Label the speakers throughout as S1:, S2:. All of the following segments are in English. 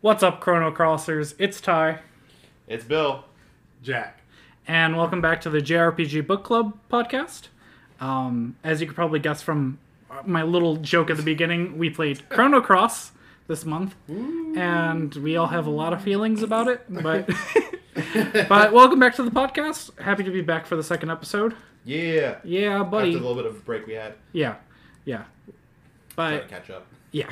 S1: What's up, Chrono Crossers? It's Ty,
S2: It's Bill.
S3: Jack.
S1: and welcome back to the JRPG Book Club podcast. Um, as you could probably guess from my little joke at the beginning, we played Chrono Cross this month, and we all have a lot of feelings about it. But but welcome back to the podcast. Happy to be back for the second episode.
S2: Yeah.
S1: Yeah,
S2: After
S1: buddy.
S2: the little bit of break we had,
S1: yeah, yeah.
S2: trying to
S1: But
S2: catch up
S1: yeah,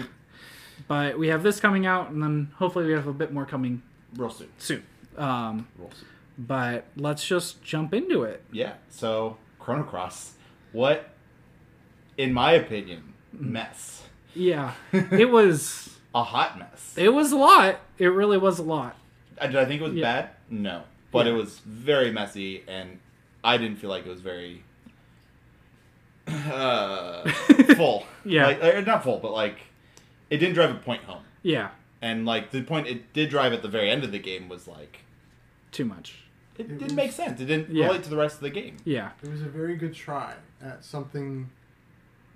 S1: but we have this coming out, and then hopefully we have a bit more coming
S2: real soon.
S1: soon. Um,
S2: Real soon.
S1: but let's just jump into it.
S2: Yeah. So Chrono Cross, what, in my opinion, mess.
S1: Yeah, it was
S2: A hot mess.
S1: it was a lot. It really was a lot.
S2: Uh, Did I think it was
S1: Yeah.
S2: bad? No, but it
S1: Yeah.
S2: was very messy, and I didn't feel like it was very uh, full.
S1: Yeah.
S2: Like, uh, not full, but like it didn't drive a point home.
S1: Yeah,
S2: And like the point it did drive at the very end of the game was like
S1: too much.
S2: it,
S3: It
S2: didn't
S3: was-
S2: make sense. It didn't
S1: Yeah.
S2: relate to the rest of the game.
S1: Yeah,
S3: It was a very good try at something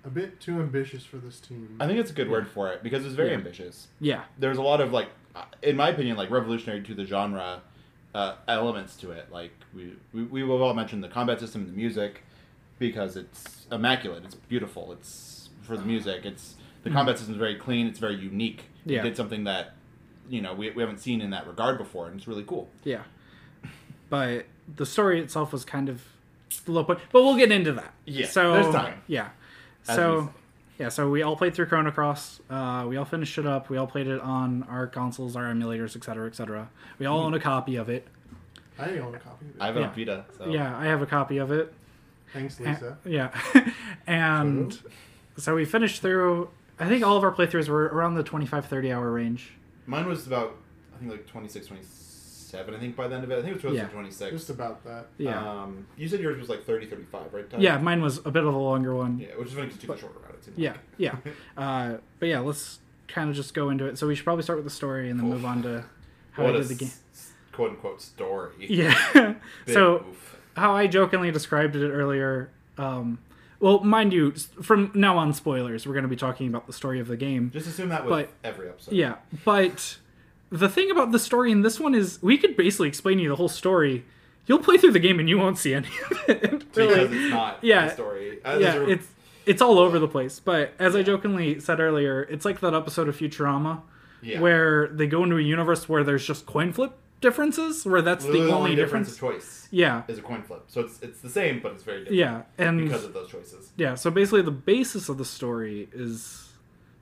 S3: a bit too ambitious for this team.
S2: I think it's a good word for it because it's very
S1: Yeah.
S2: ambitious.
S1: yeah,
S2: There's a lot of like, uh, in my opinion, like revolutionary to the genre uh, elements to it. Like we we we've all mentioned the combat system, the music, because it's immaculate. It's beautiful. It's for the music. It's the combat system is very clean. It's very unique. It
S1: Yeah.
S2: did something that you know we, we haven't seen in that regard before, and it's really cool.
S1: yeah. But the story itself was kind of low point. But we'll get into that.
S2: Yeah,
S1: So
S2: there's time.
S1: Yeah.
S2: As we
S1: So
S2: say.
S1: yeah, so we all played through Chrono Cross. Uh, we all finished it up. We all played it on our consoles, our emulators, etc., cetera, etc. Cetera. We
S2: Hmm.
S1: all own a copy of it.
S3: I didn't own a copy of it.
S2: I have it
S1: Yeah.
S2: on Vita. So.
S1: Yeah, I have a copy of it.
S3: Thanks,
S1: A-
S3: Lisa.
S1: yeah. and so we finished through, I think all of our playthroughs were around the 25, 30 hour range.
S2: Mine was about I think like 26, 27, I think by the end of it. I think it was
S1: Yeah.
S2: yeah. 26.
S3: Just about that.
S1: Yeah.
S2: Um, you said yours was like 30, 35, right? Ty?
S1: yeah, mine was a bit of a longer one.
S2: Yeah, which is funny because you took the shorter route. It seemed
S1: Yeah,
S2: like.
S1: yeah. Uh, but yeah, let's kind of just go into it. So we should probably start with the story and then
S2: Cool.
S1: move on to how
S2: what
S1: I
S2: a
S1: did the game.
S2: quote unquote story.
S1: Yeah.
S2: Big
S1: so
S2: oof.
S1: how I jokingly described it earlier. Um, well, mind you, s- from now on, spoilers. We're going to be talking about the story of the game.
S2: just assume that with
S1: but-
S2: every episode.
S1: Yeah, but the thing about the story in this one is we could basically explain to you the whole story. You'll play through the game and you won't see any of it.
S2: because
S1: really.
S2: it's not
S1: Yeah.
S2: the story. Uh,
S1: yeah,
S2: there's a-
S1: it's it's all over the place. But as I jokingly said earlier, it's like that episode of Futurama
S2: yeah.
S1: where they go into a universe where there's just coin flip differences, where that's
S2: Literally
S1: the only difference.
S2: of choice
S1: Yeah,
S2: is a coin flip. So it's it's the same, but it's very different.
S1: yeah, and
S2: because of those choices.
S1: Yeah, so basically the basis of the story is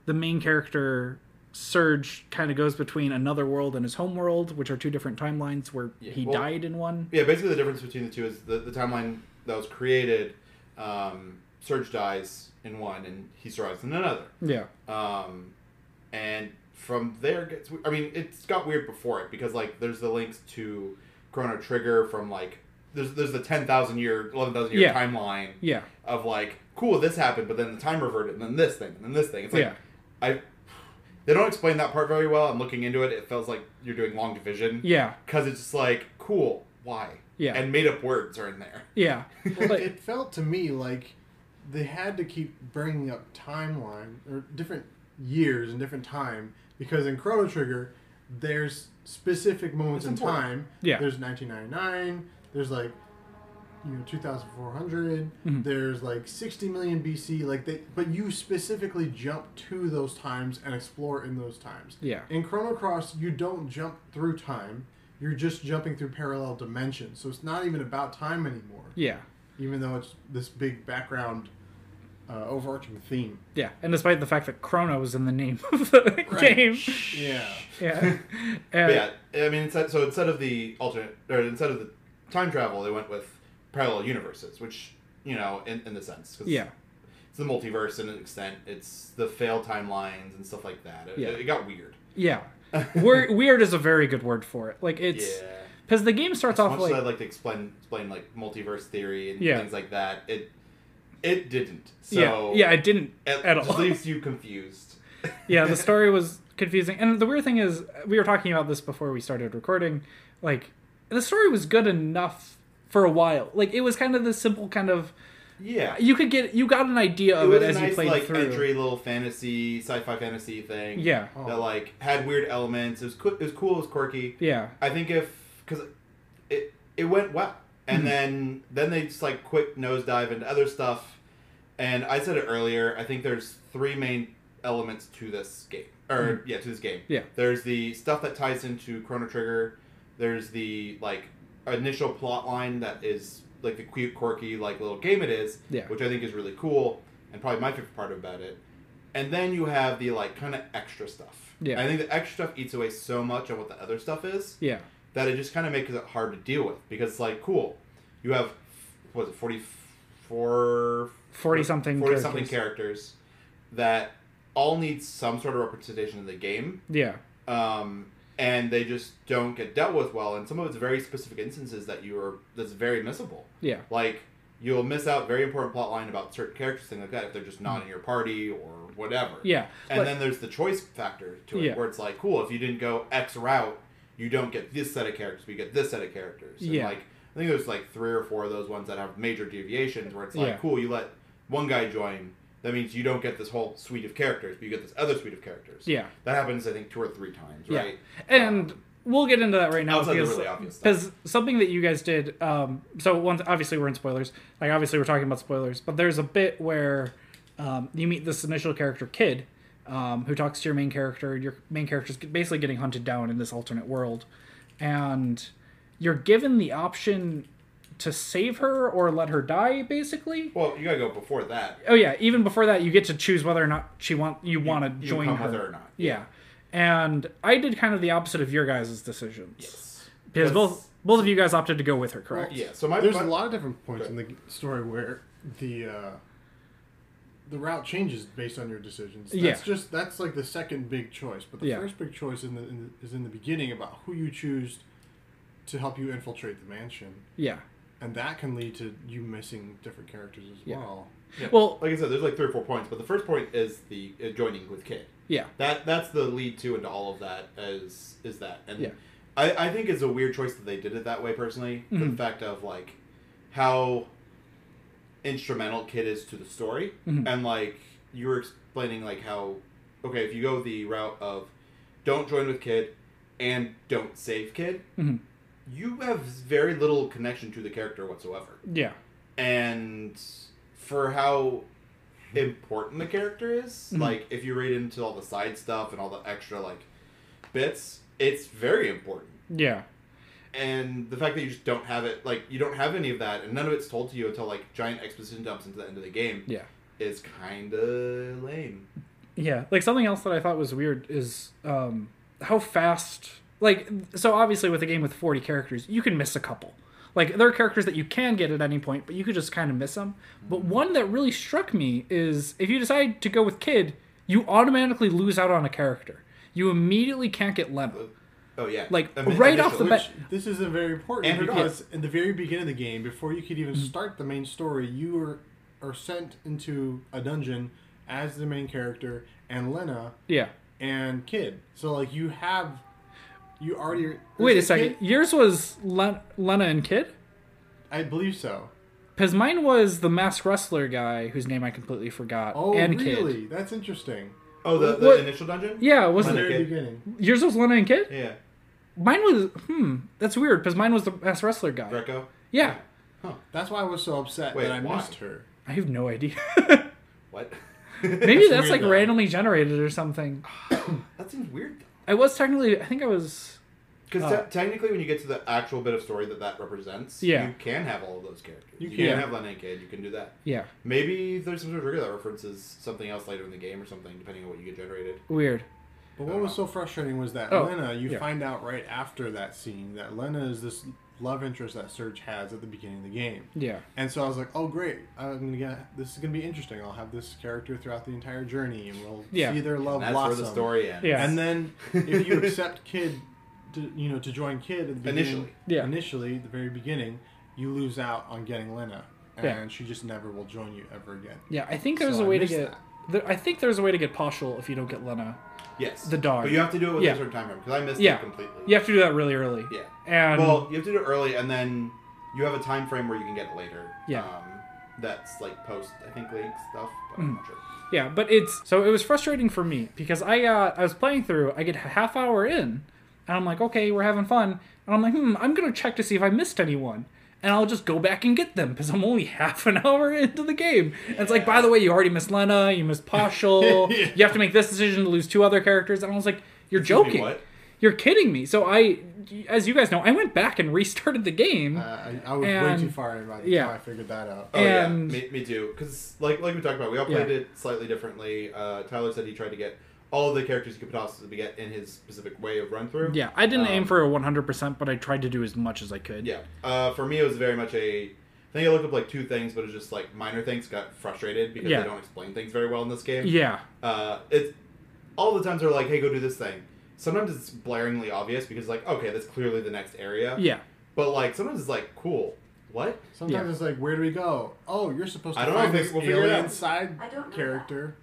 S1: the main character Serge kind of goes between another world and his home world, which are two different timelines where
S2: Yeah,
S1: he
S2: well-
S1: died in one.
S2: Yeah, basically the difference between the two is the, the timeline that was created. Um, Surge dies in one, and he survives in another.
S1: Yeah.
S2: um, and from there gets i mean it's got weird before it because like there's the links to chrono trigger from like there's there's the 10000 year 11000 year
S1: Yeah.
S2: timeline
S1: Yeah.
S2: of like cool this happened but then the time reverted and then this thing and then this thing it's like
S1: Yeah.
S2: i they don't explain that part very well and looking into it it feels like you're doing long division
S1: Yeah.
S2: because it's just like cool why
S1: Yeah.
S2: and made up words are in there
S1: Yeah.
S3: Well,
S1: But-
S3: it felt to me like they had to keep bringing up timeline or different years and different time because in Chrono Trigger, there's specific moments
S2: It's
S3: in
S2: important.
S3: time.
S1: Yeah.
S3: There's 1999. There's like you know 2400.
S1: Mhm.
S3: There's like 60 million BC. Like they, but you specifically jump to those times and explore in those times.
S1: yeah.
S3: In Chrono Cross, you don't jump through time. You're just jumping through parallel dimensions. So it's not even about time anymore
S1: Yeah.
S3: even though it's this big background uh, overarching theme.
S1: Yeah. And despite the fact that Chrono is in the name of the
S3: Right.
S1: game.
S3: Yeah.
S1: Yeah.
S2: But
S1: Uh,
S2: yeah, I mean, instead, so instead of the alternate, or instead of the time travel, they went with parallel universes, which you know, in, in the sense, 'cause
S1: yeah.
S2: it's the multiverse in an extent. It's the failed timelines and stuff like that. It,
S1: Yeah.
S2: it got weird.
S1: Yeah. Weird, weird is a very good word for it. Like it's
S2: yeah,
S1: because the game starts
S2: as
S1: off
S2: much
S1: like
S2: as I'd like to explain explain like multiverse theory and
S1: Yeah.
S2: things like that, it it didn't. So
S1: yeah yeah it didn't
S2: it
S1: at
S2: just
S1: all.
S2: leaves you confused.
S1: yeah, the story was confusing. And the weird thing is, we were talking about this before we started recording. Like, the story was good enough for a while. Like, it was kind of this simple kind of
S2: Yeah.
S1: You could get you got an idea
S2: It
S1: of
S2: was
S1: it
S2: a
S1: as you
S2: nice
S1: played
S2: like
S1: through.
S2: entry little fantasy, sci-fi fantasy thing.
S1: Yeah,
S3: Oh.
S2: That like had weird elements. It was co- it was cool. It was quirky.
S1: yeah,
S2: I think if because it it went well,
S1: Mm-hmm.
S2: and then then they just like quick nosedive into other stuff. And I said it earlier. I think there's three main elements to this game, or yeah, to this game.
S1: Mm-hmm. Yeah.
S2: There's the stuff that ties into Chrono Trigger. There's the like initial plot line that is like the cute, quirky, like little game it is.
S1: Yeah.
S2: Which I think is really cool, and probably my favorite part about it. And then you have the like kind of extra stuff.
S1: Yeah.
S2: I think the extra stuff eats away so much on what the other stuff is
S1: yeah,
S2: that it just kind of makes it hard to deal with because it's like cool you have what was it 44
S1: 40 something
S2: 40 something
S1: characters.
S2: characters that all need some sort of representation in the game
S1: yeah,
S2: um, and they just don't get dealt with well and some of it's very specific instances that you are that's very missable
S1: yeah,
S2: like you'll miss out very important plot line about certain characters thing like that if they're just not in your party or whatever
S1: yeah.
S2: and
S1: Like-
S2: then there's the choice factor to it,
S1: Yeah.
S2: where it's like, cool, if you didn't go X route, you don't get this set of characters, but you get this set of characters. And
S1: Yeah.
S2: like I think there's like three or four of those ones that have major deviations where it's like,
S1: Yeah.
S2: cool, you let one guy join, that means you don't get this whole suite of characters, but you get this other suite of characters.
S1: Yeah.
S2: That happens I think two or three times,
S1: Yeah.
S2: right?
S1: And we'll get into that right now
S2: Outside the
S1: because
S2: really obvious stuff.
S1: because something that you guys did. Um, so once obviously we're in spoilers. Like obviously we're talking about spoilers, but there's a bit where um, you meet this initial character kid. Um, who talks to your main character? Your main character's basically getting hunted down in this alternate world, and you're given the option to save her or let her die. Basically,
S2: Well, you gotta go before that.
S1: oh yeah, even before that, you get to choose whether or not she want you, want to
S2: You
S1: join
S2: come
S1: her.
S2: with her or not.
S1: Yeah. And I did kind of the opposite of your guys' decisions.
S2: Yes.
S1: Because both both of you guys opted to go with her, correct?
S2: Yeah. So my
S3: There's a
S2: my-
S3: lot of different points in the g- story where the uh, the route changes based on your decisions. That's
S1: Yeah.
S3: just that's like the second big choice, but the
S1: Yeah.
S3: first big choice in the, in the, is in the beginning about who you choose to help you infiltrate the mansion,
S1: Yeah.
S3: and that can lead to you missing different characters as
S1: Yeah.
S3: well.
S1: Well,
S2: like I said, there's like three or four points, but the first point is the uh, joining with kid.
S1: yeah.
S2: That that's the lead to into all of that is is that and
S1: Yeah.
S2: I, I think it's a weird choice that they did it that way personally. The fact of like how instrumental Kid is to the story and like you were explaining like how okay if you go the route of don't join with Kid and don't save Kid
S1: Mhm.
S2: you have very little connection to the character whatsoever
S1: Yeah.
S2: and for how important the character is
S1: Mm-hmm.
S2: like if you read into all the side stuff and all the extra like bits it's very important
S1: Yeah.
S2: and the fact that you just don't have it like you don't have any of that and none of it's told to you until like giant exposition dumps into the end of the game
S1: Yeah.
S2: is kind of lame
S1: Yeah. Like something else that I thought was weird is um how fast like so obviously with a game with 40 characters, you can miss a couple. Like there are characters that you can get at any point, but you could just kind of miss them. But one that really struck me is if you decide to go with Kid, you automatically lose out on a character. You immediately can't get Lena.
S2: oh yeah
S1: Like,
S2: Imi-
S1: right off the
S2: initially-
S1: bat-
S3: Which this is a very important
S2: And her
S3: because in the very beginning of the game, before you could even
S1: Hmm.
S3: start the main story, you are are sent into a dungeon as the main character and Lena
S1: Yeah.
S3: and kid. So like you have, you already
S1: Wait a
S3: is it
S1: second.
S3: Kid?
S1: Yours was Len- Lena and Kid?
S3: I believe so.
S1: Because mine was the masked wrestler guy whose name I completely forgot.
S3: Oh,
S1: and
S3: really?
S1: Kid.
S3: That's interesting.
S2: oh the, the
S1: What-
S2: initial dungeon
S1: Yeah, it was
S3: From the
S2: Lena
S1: not
S2: and
S3: very
S2: Kid.
S3: beginning.
S1: yours was Lena and Kid?
S2: yeah
S1: Mine was hmm, that's weird, because mine was the masked wrestler guy.
S2: greco
S1: Yeah.
S3: That's why I was so upset
S2: Wait,
S3: that I
S2: why?
S3: missed her.
S1: I have no idea.
S2: what
S1: Maybe that's,
S3: That's weird,
S1: like
S3: though.
S1: randomly generated or something.
S2: that seems weird though
S1: I was technically I think I was
S2: Because
S1: Uh,
S2: te- technically, when you get to the actual bit of story that that represents,
S1: Yeah.
S2: you can have all of those characters.
S3: You
S2: You,
S3: can.
S2: can have Len and Kid. You can do that.
S1: yeah,
S2: Maybe there's some sort of trigger that references something else later in the game or something, depending on what you get generated.
S1: weird.
S3: But
S2: Oh.
S3: what was so frustrating was that
S1: Oh,
S3: Lena, you
S1: yeah.
S3: find out right after that scene that Lena is this love interest that Serge has at the beginning of the game.
S1: Yeah.
S3: And so I was like, oh great, I'm gonna get this is gonna be interesting. I'll have this character throughout the entire journey, and we'll
S1: Yeah.
S3: see their love
S2: And that's
S3: blossom.
S2: where the story ends.
S1: Yeah.
S3: And then if you accept kid, to, you know, to join kid at the beginning,
S2: Initially.
S1: Yeah.
S3: initially at the very beginning, you lose out on getting Lena, and
S1: Yeah.
S3: she just never will join you ever again.
S1: Yeah, I think there's
S3: So
S1: a
S3: I
S1: way to
S3: missed
S1: get
S3: that.
S1: there, I think there's a way to get partial if you don't get Lena.
S2: Yes.
S1: The dog.
S2: But you have to do it with
S1: Yeah.
S2: a certain time frame, because I missed
S1: Yeah.
S2: it completely.
S1: You have to do that really early.
S2: Yeah.
S1: And
S2: well, you have to do it early, and then you have a time frame where you can get it later.
S1: Yeah.
S2: Um, that's like post I think Link stuff. But
S1: Hmm.
S2: I'm not sure.
S1: Yeah, but it's so it was frustrating for me because I uh, I was playing through. I get a half hour in, and I'm like, okay, we're having fun, and I'm like, hmm, I'm gonna check to see if I missed anyone, and I'll just go back and get them because I'm only half an hour into the game. And it's like, by the way, you already missed Lena, you missed Poshel,
S3: Yeah.
S1: you have to make this decision to lose two other characters, and I was like, you're
S2: Excuse me,
S1: joking.
S2: what?
S1: You're kidding me. So I, as you guys know, I went back and restarted the game.
S3: Uh, I, I was way
S1: And-
S3: too far in by the
S1: yeah.
S3: time I figured that out.
S2: Oh
S1: And-
S2: yeah, me, me too. Because like like we talked about, we all played
S1: Yeah.
S2: it slightly differently. Uh, Tyler said he tried to get all of the characters he could possibly get in his specific way of run through.
S1: yeah, I didn't aim
S2: Um,
S1: for a 100%, but I tried to do as much as I could.
S2: Yeah. Uh, for me, it was very much a. I think I looked up like two things, but it was just like minor things. Got frustrated because
S1: Yeah.
S2: they don't explain things very well in this game.
S1: Yeah.
S2: Uh, it's all the times they're like, "Hey, go do this thing." Sometimes it's blaringly obvious because like, okay, that's clearly the next area.
S1: Yeah.
S2: But like sometimes it's like, "Cool, what?"
S3: Sometimes
S1: Yeah.
S3: it's like, where do we go? Oh, you're supposed to
S2: I don't know,
S3: find
S2: we'll
S3: this
S2: figure it
S3: alien
S2: out.
S3: side
S4: I don't know
S3: character.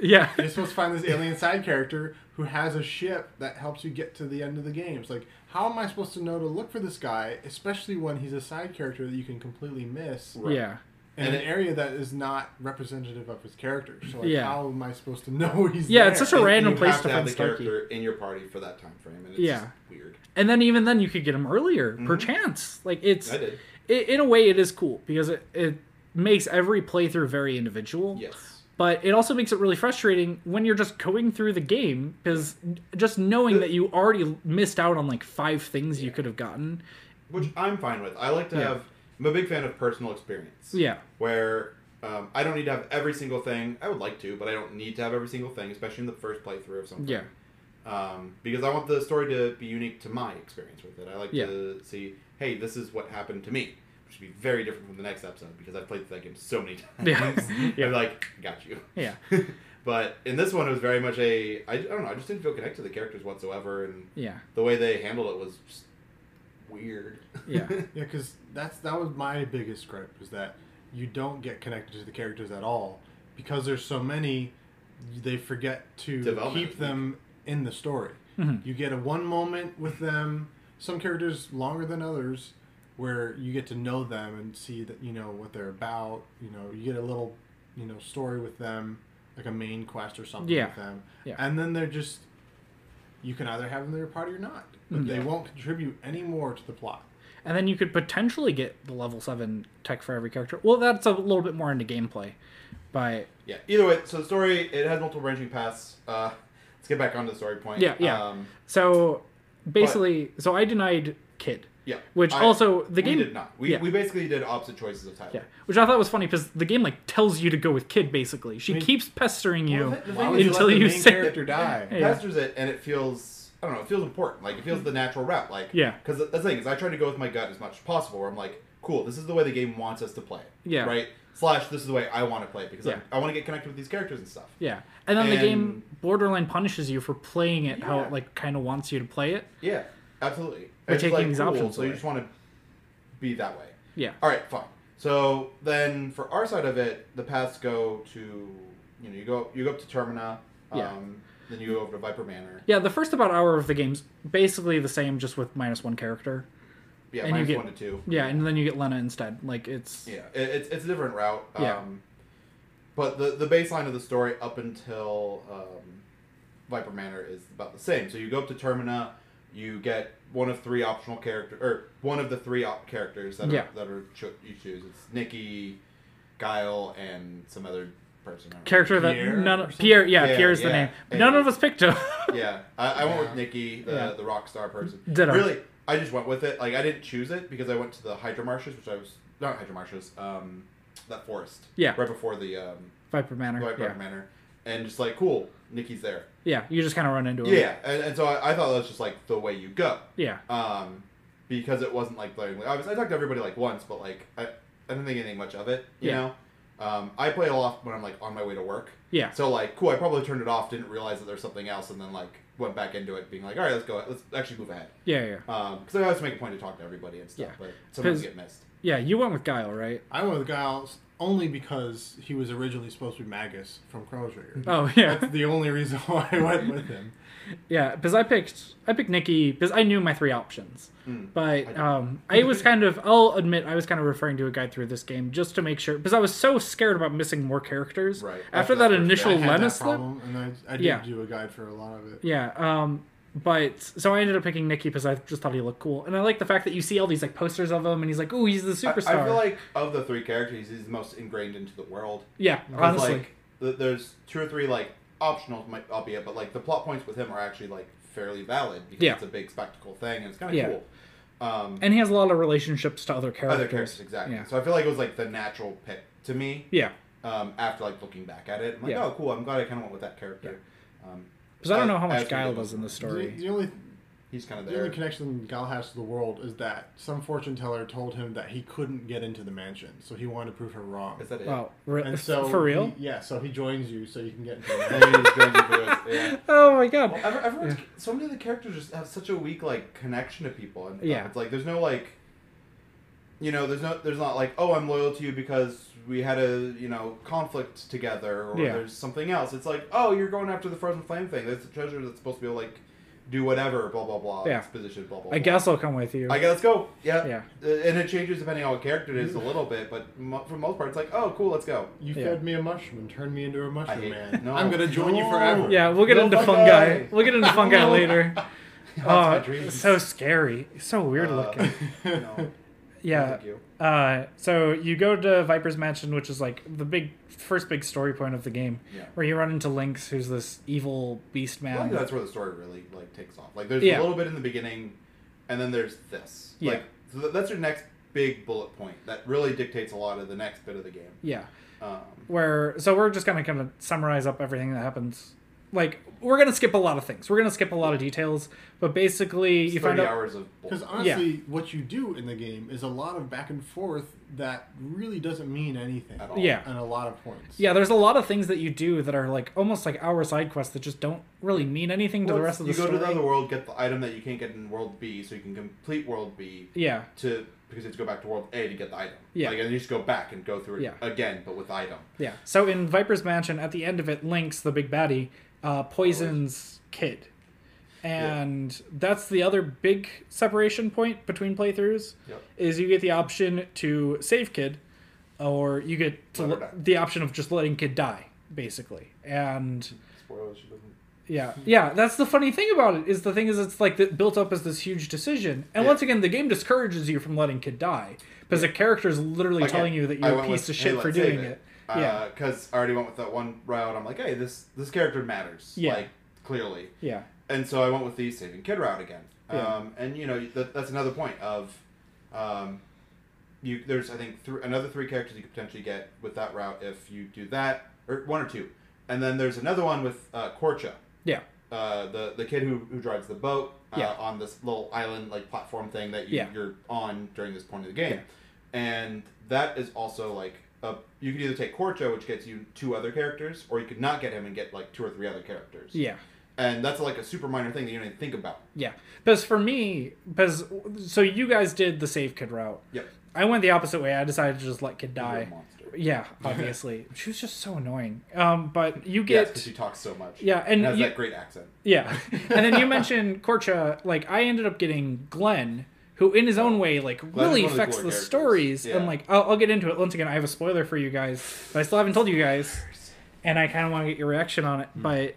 S1: Yeah.
S3: You're supposed to find this alien side character who has a ship that helps you get to the end of the game. It's like, how am I supposed to know to look for this guy, especially when he's a side character that you can completely miss
S2: Right.
S1: Yeah.
S3: in
S2: And
S3: an
S2: it-
S3: area that is not representative of his character? So, like,
S1: Yeah.
S3: how am I supposed to know he's
S1: Yeah, it's
S3: there?
S1: such a random
S2: you
S1: place
S2: have
S1: to
S2: to have
S1: find
S2: the
S1: Starkey.
S2: character in your party for that time frame, and it's
S1: Yeah.
S2: just weird.
S1: And then even then you could get them earlier, perchance. Like it's
S2: Mm-hmm. I did.
S1: It, in a way it is cool because it, it makes every playthrough very individual.
S2: Yes.
S1: But it also makes it really frustrating when you're just going through the game because just knowing that you already missed out on like five things you could have gotten.
S2: which I'm fine with. I like to
S1: Yeah.
S2: have. I'm a big fan of personal experience.
S1: Yeah.
S2: Where um, I don't need to have every single thing. I would like to, but I don't need to have every single thing, especially in the first playthrough of something.
S1: Yeah.
S2: Um, because I want the story to be unique to my experience with it. I like
S1: Yeah.
S2: to see, hey, this is what happened to me, which would be very different from the next episode because I've played that game so many times.
S1: Yeah.
S2: I'm like, got you.
S1: Yeah.
S2: but in this one, it was very much a. I, I don't know. I just didn't feel connected to the characters whatsoever, and
S1: Yeah.
S2: the way they handled it was just weird.
S1: Yeah.
S3: Yeah, because that's that was my biggest gripe is that you don't get connected to the characters at all because there's so many. They forget to
S2: Development
S3: keep
S2: week.
S3: them in the story.
S1: Mm-hmm.
S3: You get a one moment with them. Some characters longer than others, where you get to know them and see that you know what they're about. You know, you get a little, you know, story with them, like a main quest or something
S1: Yeah.
S3: with them,
S1: Yeah.
S3: and then they're just. You can either have them in your party or not, but
S1: Mm-hmm.
S3: they won't contribute any more to the plot.
S1: And then you could potentially get the level seven tech for every character. Well, that's a little bit more into gameplay, but
S2: Yeah. Either way, so the story it has multiple branching paths. Uh, let's get back onto the story point.
S1: Yeah, yeah.
S2: Um,
S1: so basically, so I denied Kid.
S2: yeah.
S1: Which
S2: I-
S1: also the game
S2: we did not. We,
S1: yeah.
S2: we basically did opposite choices of Tyler.
S1: Yeah, which I thought was funny because the game like tells you to go with Kid basically. She
S3: I mean-
S1: keeps pestering you.
S2: the thi- the
S3: Why
S2: thing
S3: would
S1: Until
S3: you, let
S1: you
S3: the main
S1: say-
S3: character die?
S1: Yeah.
S2: Pastors it, and it feels I don't know. It feels important. Like it feels the natural route. Like
S1: Yeah.
S2: Because the, the thing is, I try to go with my gut as much as possible. Where I'm like, cool, this is the way the game wants us to play. it,
S1: Yeah.
S2: Right. Slash, this is the way I want to play it because
S1: Yeah.
S2: I, I want to get connected with these characters and stuff.
S1: yeah, and then the
S2: And-
S1: game borderline punishes you for playing it how
S2: Yeah.
S1: it like kind of wants you to play it.
S2: Yeah, absolutely.
S1: We're
S2: It's
S1: taking
S2: like,
S1: these
S2: cool,
S1: options
S2: so you
S1: away.
S2: just want to be that way.
S1: Yeah,
S2: All right, fine. So then, for our side of it, the paths go to you know you go you go up to Termina, um,
S1: Yeah.
S2: then you go over to Viper Manor.
S1: yeah. The first about hour of the game's basically the same, just with minus one character.
S2: Yeah,
S1: And you
S2: minus
S1: get-
S2: one to two.
S1: Yeah, and then you get Lena instead. Like it's
S2: yeah, it, it's it's a different route. Um,
S1: Yeah.
S2: But the the baseline of the story up until um, Viper Manor is about the same. So you go up to Termina, you get one of three optional character or one of the three op- characters that
S1: Yeah.
S2: are, that are cho- you choose. It's Nikki, Guile, and some other person. I don't
S1: character that
S3: Pierre
S1: none
S3: or
S1: of,
S3: something?
S1: Pierre. Yeah,
S2: Yeah,
S1: Pierre is the
S2: yeah.
S1: name. None
S2: Yeah.
S1: of us picked him.
S2: yeah, I, I went with
S3: Yeah.
S2: Nikki, the,
S1: Yeah.
S2: the rock star person.
S1: Ditto.
S2: Really, I just went with it. Like I didn't choose it because I went to the Hydra Marshes, which I was not Hydra Marshes, um, that forest.
S1: Yeah.
S2: Right before the um,
S1: Viper Manor.
S2: White
S1: yeah.
S2: Rock Manor, and just like cool, Nikki's there.
S1: yeah, you just kind of run into him.
S2: Yeah, and, and so I, I thought that was just like the way you go.
S1: yeah,
S2: Um, because it wasn't like blaringly obvious. I talked to everybody like once, but like I, I didn't think anything much of it. You
S1: Yeah.
S2: know. Um, I play a lot when I'm like on my way to work.
S1: yeah,
S2: So like, cool. I probably turned it off, didn't realize that there's something else, and then like went back into it, being like, all right, let's go. Let's actually move ahead.
S1: yeah, yeah.
S2: Because I always make a point to talk to everybody and stuff,
S1: Yeah.
S2: but sometimes
S1: 'Cause-
S2: get missed.
S1: Yeah, you went with Guile, right?
S3: I went with Giles only because he was originally supposed to be Magus from Chrono Trigger.
S1: Oh yeah,
S3: That's the only reason why I went with him.
S1: Yeah, because I picked I picked Nikki because I knew my three options,
S2: Hmm.
S1: but um, I was kind of I'll admit I was kind of referring to a guide through this game just to make sure because I was so scared about missing more characters.
S2: Right.
S1: after
S2: After
S1: that
S2: that first
S1: initial
S2: guide.
S3: I had
S1: Lena
S3: that
S1: slip.
S3: problem, and I, I did
S1: Yeah.
S3: do a guide for a lot of it.
S1: Yeah. Um, but so I ended up picking Nikki because I just thought he looked cool, and I like the fact that you see all these like posters of him, and he's like, "Oh, he's the superstar."
S2: I, I feel like of the three characters, he's the most ingrained into the world.
S1: yeah,
S2: 'Cause,
S1: honestly,
S2: like, th- there's two or three like optional, might albeit, but like the plot points with him are actually like fairly valid because
S1: Yeah.
S2: it's a big spectacle thing and it's kind of
S1: Yeah.
S2: cool. Um,
S1: and he has a lot of relationships to other characters.
S2: other characters, exactly.
S1: Yeah.
S2: So I feel like it was like the natural pick to me.
S1: Yeah.
S2: Um, after like looking back at it, I'm like,
S1: Yeah.
S2: oh, cool. I'm glad I kind of went with that character. Um,
S1: Because I don't know how
S2: as
S1: much
S2: we
S1: Guile
S2: go
S1: does in the
S3: The,
S1: story.
S3: the only
S2: He's kind of
S3: the
S2: there.
S3: only connection Gal has to the world is that some fortune teller told him that he couldn't get into the mansion, so he wanted to prove her wrong.
S2: Is that it?
S1: Wow, re-
S3: and so
S1: for real?
S3: he- yeah. So he joins you, so you can get into the
S2: I
S3: mansion.
S2: think he's going to do it, yeah.
S1: Oh my god!
S2: Well, ever- everyone's so many of the characters just have such a weak like connection to people, and uh,
S1: Yeah.
S2: it's like there's no like, you know, there's no there's not like oh I'm loyal to you because we had a you know conflict together or
S1: Yeah.
S2: there's something else. It's like oh you're going after the frozen flame thing. That's a treasure that's supposed to be like do whatever blah blah blah
S1: Yeah.
S2: exposition blah blah.
S1: I
S2: blah.
S1: guess I'll come with you.
S2: I guess let's go. Yeah.
S1: Yeah.
S2: Uh, And it changes depending on what character it is a little bit, but mo- for the most part, it's like, oh, cool, let's go.
S3: You
S1: Yeah.
S3: fed me a mushroom and turned me into a mushroom
S2: hate-
S3: man.
S2: no.
S3: I'm gonna join you
S2: No.
S3: forever.
S1: yeah, we'll get
S2: No,
S1: into
S2: my
S1: fungi.
S2: guy.
S1: We'll get into fungi
S2: No.
S1: later.
S2: That's my
S1: Oh,
S2: dream.
S1: it's so scary. It's so weird
S2: Uh,
S1: looking.
S2: no.
S1: Yeah.
S2: Thank you.
S1: Uh, so you go to Viper's Mansion, which is like the big first big story point of the game,
S2: Yeah.
S1: where you run into Lynx, who's this evil beast
S2: I think
S1: man.
S2: that's where the story really like takes off. Like there's
S1: Yeah.
S2: a little bit in the beginning, and then there's this.
S1: Yeah.
S2: Like so th- that's your next big bullet point that really dictates a lot of the next bit of the game.
S1: yeah,
S2: Um,
S1: where so we're just gonna kind of summarize up everything that happens. Like we're gonna skip a lot of things. We're gonna skip a lot of details, but basically
S2: it's
S1: you find
S2: thirty
S1: out.
S2: hours of
S3: Because
S2: bullet.
S3: honestly, what you do in the game is a lot of back and forth that really doesn't mean anything
S2: At all.
S1: Yeah.
S3: and a lot of points.
S1: Yeah, there's a lot of things that you do that are like almost like our side quests that just don't really mean anything to the rest of the
S2: you go
S1: story.
S2: to the other world, get the item that you can't get in World B, so you can complete World B
S1: yeah,
S2: to because you have to go back to World A to get the item.
S1: Yeah.
S2: Like, and you just go back and go through it
S1: Yeah.
S2: again, but with the item.
S1: yeah. So in Viper's Mansion, at the end of it, Lynx, the big baddie, uh, poisons Kid. And that's the other big separation point between playthroughs
S2: Yep.
S1: is you get the option to save Kid or you get to
S2: Let her
S1: l-
S2: die.
S1: the option of just letting Kid die, basically. And
S2: Spoilers. She doesn't.
S1: Yeah,
S2: Hmm.
S1: yeah. That's the funny thing about it is the thing is it's like th- built up as this huge decision, and
S2: Yeah.
S1: once again, the game discourages you from letting kid die because the character is literally
S2: Okay,
S1: telling you that
S2: I
S1: you're a
S2: went
S1: piece
S2: with, Uh,
S1: of
S2: hey,
S1: shit for
S2: let's save
S1: doing it. Yeah,
S2: because I already went with that one route. I'm like, hey, this this character matters.
S1: Yeah.
S2: Like clearly.
S1: yeah,
S2: and so I went with the saving kid route again.
S1: Yeah.
S2: Um, and you know that, that's another point of, um, you there's I think thr another three characters you could potentially get with that route if you do that or one or two, and then there's another one with uh, Korcha,
S1: yeah,
S2: uh, the the kid who, who drives the boat uh,
S1: Yeah.
S2: on this little island like platform thing that you,
S1: Yeah.
S2: you're on during this point of the game,
S1: Yeah.
S2: and that is also like. A, you could either take Korcha, which gets you two other characters, or you could not get him and get like two or three other characters
S1: yeah,
S2: and that's like a super minor thing that you don't even think about.
S1: yeah. Because for me, because so you guys did the save kid route.
S2: Yep.
S1: I went the opposite way. I decided to just let kid die.
S2: monster.
S1: Yeah, obviously, she was just so annoying. Um, but you
S2: Yes,
S1: get
S2: because she talks so much.
S1: Yeah, and
S2: has
S1: you-
S2: that great accent.
S1: Yeah. And then you mentioned Korcha, like I ended up getting Glenn, who in his own way like
S2: is
S1: really
S2: one of the
S1: affects the
S2: cooler characters.
S1: stories.
S2: Yeah.
S1: And like I'll, I'll get into it once again. I have a spoiler for you guys, but I still haven't told you guys, and I kind of want to get your reaction on it.
S2: Hmm.
S1: But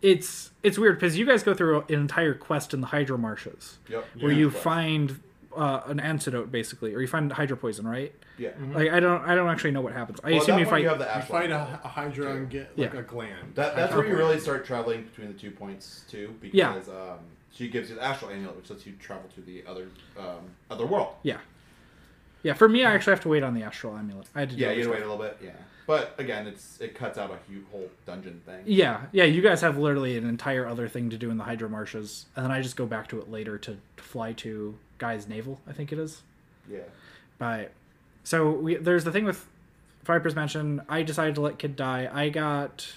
S1: it's it's weird because you guys go through an entire quest in the Hydra Marshes,
S2: Yep.
S1: where you
S2: But-
S1: find uh, an antidote basically, or you find hydro poison, right?
S2: Yeah.
S1: Like I don't I don't actually know what happens. I
S2: Well,
S1: assume
S2: that
S1: you
S2: one
S1: fight.
S2: you have the
S3: You
S2: ash
S3: fight
S2: one.
S3: a, a Hydra and get like
S1: Yeah.
S3: a gland.
S2: That, that's
S3: Hydra
S2: where you
S3: gland.
S2: really start traveling between the two points too,
S1: Yeah.
S2: because um, she gives you the astral amulet, which lets you travel to the other um, other world.
S1: Yeah. Yeah, for me, I actually have to wait on the astral amulet. I had to do
S2: Yeah,
S1: other
S2: you had to
S1: stuff.
S2: wait a little bit. Yeah, but again, it's it cuts out a hu whole dungeon thing.
S1: Yeah, yeah, you guys have literally an entire other thing to do in the Hydra Marshes, and then I just go back to it later to fly to Guy's Naval, I think it is.
S2: Yeah.
S1: But so we, there's the thing with Viper's Mansion. I decided to let Kid die. I got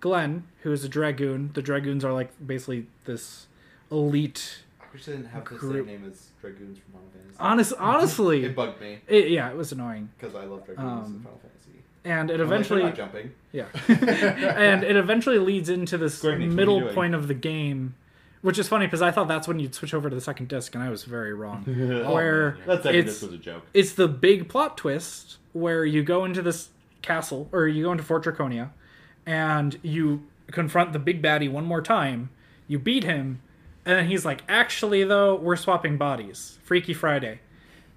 S1: Glenn, who is a dragoon. The dragoons are like basically this elite.
S2: I wish they didn't have the
S1: Group-
S2: same name as dragoons from Final Fantasy.
S1: Honest, honestly,
S2: It bugged me
S1: it- yeah, it was annoying.
S2: because I love dragoons in
S1: Um,
S2: Final Fantasy.
S1: and it
S2: Unless they're
S1: eventually
S2: not jumping.
S1: yeah and it eventually leads into this
S2: Square Enix, what are you
S1: middle
S2: doing?
S1: point of the game which is funny because i thought that's when you'd switch over to the second disc and i was very wrong where
S2: Oh, That second
S1: it's
S2: disc was a joke.
S1: it's the big plot twist where you go into this castle or you go into Fort Draconia and you confront the big baddie one more time. You beat him, and then he's like, "Actually, though, we're swapping bodies. Freaky Friday."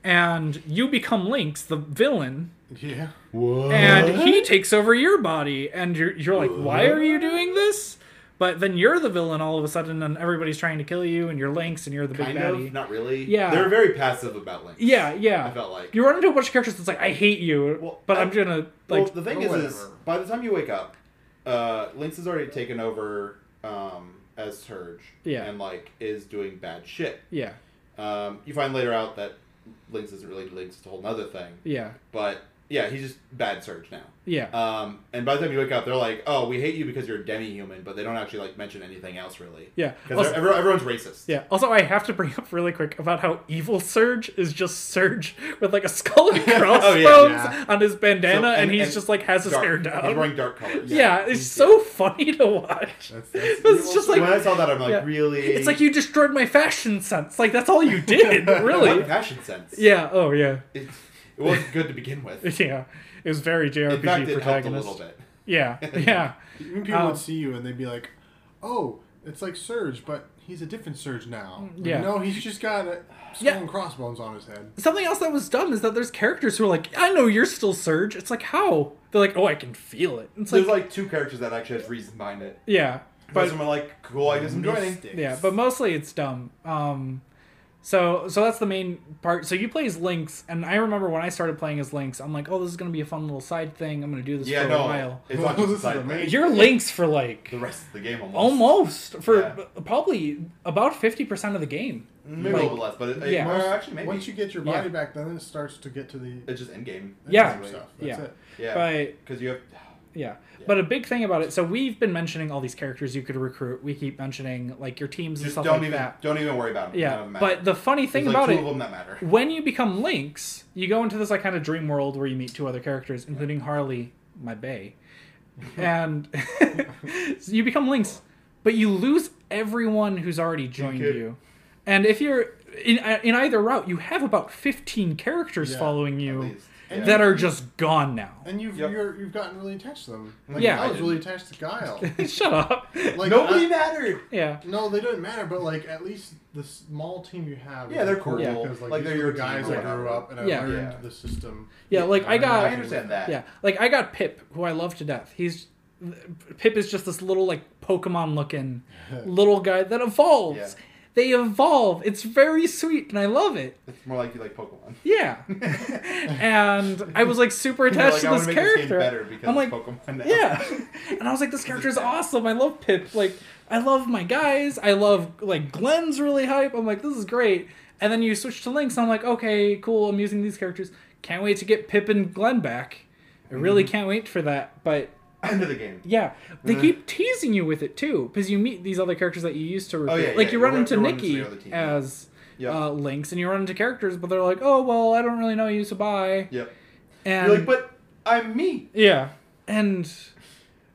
S1: And you become Lynx, the villain,
S3: Yeah.
S2: Whoa.
S1: and he takes over your body, and you're, you're like, "Why are you doing this?" But then you're the villain all of a sudden, and everybody's trying to kill you, and you're Lynx, and you're the big
S2: kind
S1: baddie.
S2: of, not really.
S1: Yeah.
S2: they were very passive about Link.
S1: Yeah, yeah.
S2: I felt like.
S1: you run into a bunch of characters that's like, I hate you,
S2: Well,
S1: but
S2: I-
S1: I'm gonna like.
S2: well, the thing
S3: or
S2: is, is,
S3: whatever.
S2: by the time you wake up, uh, Lynx has already taken over um, as Surge.
S1: Yeah.
S2: And like is doing bad shit.
S1: yeah,
S2: Um, you find later out that Lynx isn't really Lynx. It's a whole other thing.
S1: yeah,
S2: But yeah, he's just bad Surge now.
S1: yeah,
S2: Um, and by the time you wake up, they're like, "Oh, we hate you because you're a demi-human," but they don't actually like mention anything else really.
S1: yeah.
S2: Because
S1: Also,
S2: everyone, everyone's racist.
S1: yeah. Also, I have to bring up really quick about how evil Surge is just Surge with like a skull and crossbones
S3: yeah.
S1: on his bandana,
S2: Oh, So-
S1: and,
S2: and-
S1: he's
S2: and
S1: just like has his
S2: Dark-
S1: hair
S2: He's
S1: down.
S2: wearing dark colors.
S1: yeah, it's so funny to watch.
S3: That's, that's
S1: It's just like
S2: when I saw that, I'm like,
S1: yeah.
S2: really?
S1: it's like you destroyed my fashion sense. Like that's all you did,
S2: What
S1: really.
S2: fashion sense.
S1: yeah. Oh yeah.
S2: It, it wasn't good to begin with. In
S1: Yeah. It was very JRPG
S2: fact, it helped a
S1: protagonist.
S2: little bit.
S1: Yeah. Yeah.
S3: Even people
S1: Um,
S3: would see you and they'd be like, "Oh, it's like Surge, but he's a different Surge now." Like,
S1: yeah.
S3: No, he's just got a skull
S1: Yeah.
S3: and crossbones on his head.
S1: Something else that was dumb is that there's characters who are like, I know you're still Surge. It's like, how? They're like, oh, I can feel it. It's like,
S2: There's like two characters that actually has reason behind it.
S1: yeah,
S2: But
S1: but
S2: some are like, cool, I did some joining.
S3: Mystic.
S1: yeah, but mostly it's dumb. Um, so so that's the main part. So you play as Lynx, and I remember when I started playing as Lynx, I'm like, oh, this is gonna be a fun little side thing. I'm gonna do this
S2: Yeah,
S1: for a
S2: no,
S1: while.
S2: it's not just a
S3: This is
S2: side thing.
S3: amazing.
S1: You're Lynx for like
S2: The rest of the game almost.
S1: almost for
S2: Yeah.
S1: probably about fifty percent of the game.
S2: Maybe a
S1: Like,
S2: little bit less, but it, it-
S1: yeah.
S2: well, actually, maybe.
S3: Once you get your
S1: Yeah.
S3: body back, then it starts to get to the
S2: It's just endgame.
S1: Yeah.
S3: other stuff. That's
S1: Yeah.
S3: it.
S2: Yeah.
S1: But
S2: Because you have.
S1: Yeah. But a big thing about it, so we've been mentioning all these characters you could recruit. We keep mentioning like your teams and
S2: Just
S1: stuff
S2: don't
S1: like
S2: even
S1: that.
S2: don't even worry about them. None
S1: Yeah.
S2: of them matter.
S1: But the funny thing
S2: There's, like,
S1: about
S2: two of
S1: it,
S2: them that matter.
S1: when you become Lynx, you go into this like kind of dream world where you meet two other characters, including Harley, my bae, and so you become Lynx, but you lose everyone who's already joined you.
S2: could-
S1: And if you're in, uh, in either route, you have about 15 characters
S3: Yeah,
S1: following
S2: At
S1: you
S2: least.
S3: And
S1: that are just gone now.
S3: And you've
S2: Yep.
S3: you're, you've gotten really attached to them. Like,
S1: Yeah.
S3: I was really attached to Guile.
S1: Shut up.
S3: Like
S2: Nobody
S3: I-
S2: mattered.
S1: yeah.
S3: no, they didn't matter, but like at least the small team you have.
S2: Yeah,
S3: is
S2: they're cool.
S1: Yeah.
S3: Because like,
S2: Like,
S3: these
S2: they're
S3: are
S2: your
S3: the guys
S2: team or
S3: I grew
S2: whatever.
S3: up and I
S1: Yeah.
S3: learned
S2: Yeah.
S3: the system.
S1: Yeah, like, I got-
S2: I understand that.
S1: Yeah, like I got Pip, who I love to death. He's Pip is just this little like Pokemon looking little guy that evolves.
S2: Yeah.
S1: They evolve. It's very sweet, and I love it.
S2: It's more like you like Pokemon.
S1: Yeah, and I was like super
S2: You're
S1: attached
S2: like, I wanna
S1: to this
S2: make
S1: character.
S2: This game better because
S1: I'm like,
S2: of Pokemon now.
S1: yeah, and I was like, this character's awesome. I love Pip. Like, I love my guys. I love like Glenn's really hype. I'm like, this is great. And then you switch to Lynx. I'm like, okay, cool. I'm using these characters. Can't wait to get Pip and Glenn back. I really
S2: Mm-hmm.
S1: can't wait for that. But
S2: End of the game.
S1: yeah, they
S2: Uh.
S1: keep teasing you with it too, because you meet these other characters that you used to recruit.
S2: Oh, yeah,
S1: like
S2: yeah,
S1: you run
S2: you run-
S1: into
S2: you run into
S1: Nikki
S2: the other team, yeah.
S1: as
S2: Yep.
S1: uh, Lynx, and you run into characters, but they're like, "Oh well, I don't really know you, so bye."
S2: Yep.
S1: And
S2: You're like, but I'm me,
S1: yeah, and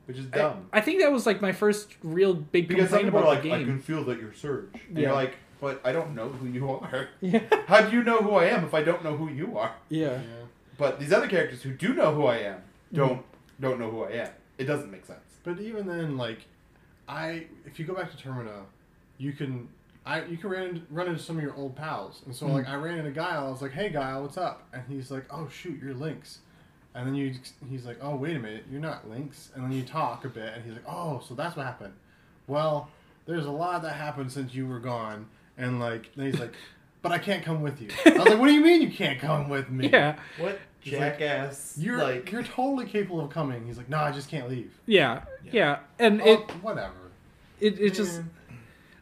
S2: which is
S1: I,
S2: dumb.
S1: I think that was like my first real big
S2: because some
S1: complaint
S2: people are
S1: about
S2: like,
S1: the
S2: I can
S1: game.
S2: feel that you're Surge. And
S1: Yeah.
S2: you're like, but I don't know who you are.
S1: Yeah,
S2: How do you know who I am if I don't know who you are?
S1: yeah,
S3: Yeah.
S2: But these other characters who do know who I am don't don't know who I am. It doesn't make sense.
S3: But even then, like, I if you go back to Termina, you can I you can run run into some of your old pals, and so like
S1: Hmm.
S3: I ran into Guile. I was like, "Hey, Guile, what's up?" And he's like, "Oh shoot, you're Lynx." And then you he's like, "Oh wait a minute, you're not Lynx." And then you talk a bit, and he's like, "Oh, so that's what happened." Well, there's a lot that happened since you were gone, and like then he's like. But I can't come with you. I was like, "What do you mean you can't come with me?
S1: yeah,
S2: What
S3: He's like,
S2: jackass?
S3: you're you're totally capable of coming." He's like, "No, I just can't leave."
S1: yeah, yeah, and
S3: Oh,
S1: it
S3: whatever.
S1: it it just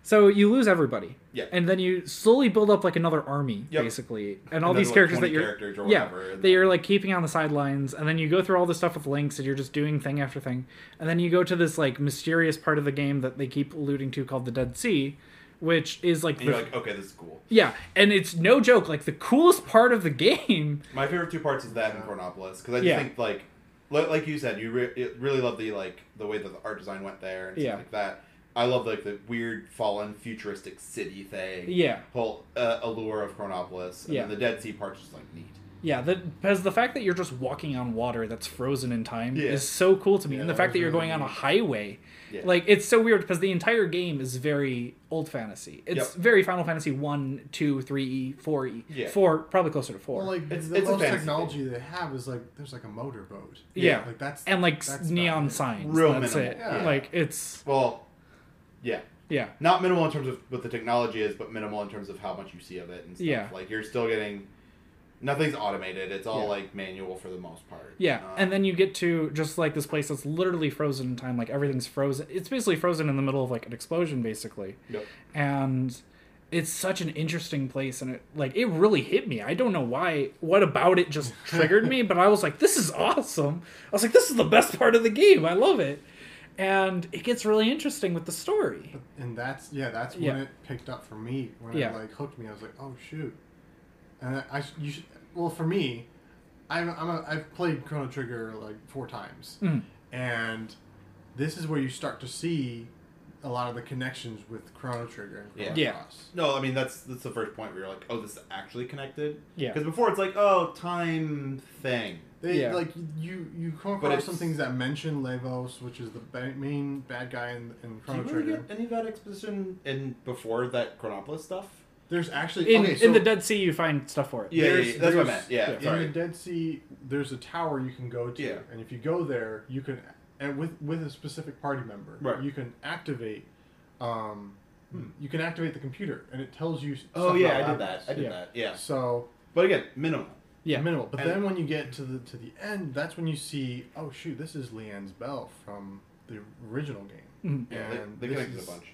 S1: so you lose everybody.
S2: Yeah.
S1: and then you slowly build up like another army,
S2: Yep.
S1: basically, and all
S2: And then,
S1: these
S2: like,
S1: characters
S2: 20
S1: that you're
S2: characters or
S1: yeah,
S2: whatever, and
S1: that
S2: then-
S1: you're like keeping on the sidelines, and then you go through all this stuff with links, and you're just doing thing after thing, and then you go to this like mysterious part of the game that they keep alluding to called the Dead Sea, which is like,
S2: And
S1: the,
S2: you're like, okay, this is cool.
S1: yeah, and it's no joke, like the coolest part of the game.
S2: My favorite two parts is that and Chronopolis because I just
S1: Yeah.
S2: think like li- like you said, you re- it- really love the like the way that the art design went there and stuff
S1: Yeah.
S2: like that. I love like the weird fallen futuristic city thing.
S1: Yeah.
S2: Whole uh, allure of Chronopolis. And
S1: Yeah.
S2: then the Dead Sea part's just like neat.
S1: Yeah, that because the fact that you're just walking on water that's frozen in time
S2: Yeah.
S1: is so cool to me,
S3: Yeah,
S1: and the
S3: that
S1: fact
S3: was
S1: that you're
S3: really
S1: going on a
S3: neat.
S1: highway,
S2: Yeah.
S1: like it's so weird because the entire game is very old fantasy. It's
S2: Yep.
S1: very Final Fantasy one, two, three, e, four, e,
S2: Yeah.
S1: four, probably closer to four,
S3: Well, like
S2: It's-
S3: the
S2: it's a
S3: most
S2: fantasy
S3: technology they have is like there's like a motorboat.
S1: Yeah.
S3: like that's
S1: and like s-
S3: that's
S1: neon
S3: about it.
S1: signs.
S2: Real
S1: that's
S2: minimal,
S1: it.
S3: yeah.
S1: Like it's
S2: Well, yeah.
S1: yeah,
S2: Not minimal in terms of what the technology is, but minimal in terms of how much you see of it and stuff.
S1: Yeah.
S2: Like you're still getting nothing's automated. It's all
S1: Yeah.
S2: like manual for the most part.
S1: yeah.
S2: Um,
S1: and then you get to just like this place that's literally frozen in time. Like everything's frozen. It's basically frozen in the middle of like an explosion, basically.
S2: Yep.
S1: and it's such an interesting place and it like it really hit me i don't know why what about it just triggered me but i was like this is awesome i was like this is the best part of the game i love it and it gets really interesting with the story
S3: And that's yeah, that's when
S1: Yeah.
S3: it picked up for me when
S1: Yeah.
S3: it like hooked me. I was like, oh shoot, and I, I sh- you should, well for me, I'm, I'm a, I've played Chrono Trigger like four times,
S1: Mm.
S3: and this is where you start to see a lot of the connections with Chrono Trigger and Chrono
S2: Yeah.
S1: Yeah.
S3: Cross.
S2: No, I mean that's that's the first point where you're like, oh, this is actually connected.
S1: Yeah.
S2: Because before it's like, oh, time thing.
S3: They
S1: Yeah.
S3: like you you come
S2: But
S3: across some
S2: it's-
S3: things that mention Levos, which is the ba- main bad guy in, in
S2: Do you
S3: Chrono
S2: really
S3: Trigger.
S2: get any of that exposition in before that Chronopolis stuff?
S3: There's actually
S1: in,
S3: okay,
S1: in
S3: so
S1: the dead sea you find stuff for it
S2: Yeah, yeah,
S3: there's-
S2: yeah, that's what I
S3: there's-
S2: meant. Yeah,
S1: yeah.
S2: sorry.
S3: In the Dead Sea, there's a tower you can go to,
S2: Yeah.
S3: and if you go there, you can and with with a specific party member,
S2: Right. Hmm.
S3: you can activate. Um, You can activate the computer, and it tells you.
S2: oh
S3: stuff
S2: yeah, I
S3: about
S2: did that. I did
S1: Yeah.
S2: that. Yeah.
S3: So
S2: But again, minimal.
S1: yeah
S3: minimal, but
S2: And-
S3: then when you get to the to the end, that's when you see. Oh shoot, this is Leanne's bell from the original game,
S1: Mhm.
S2: Yeah,
S3: and
S2: they, they
S3: this
S2: connected
S3: is-
S2: a bunch.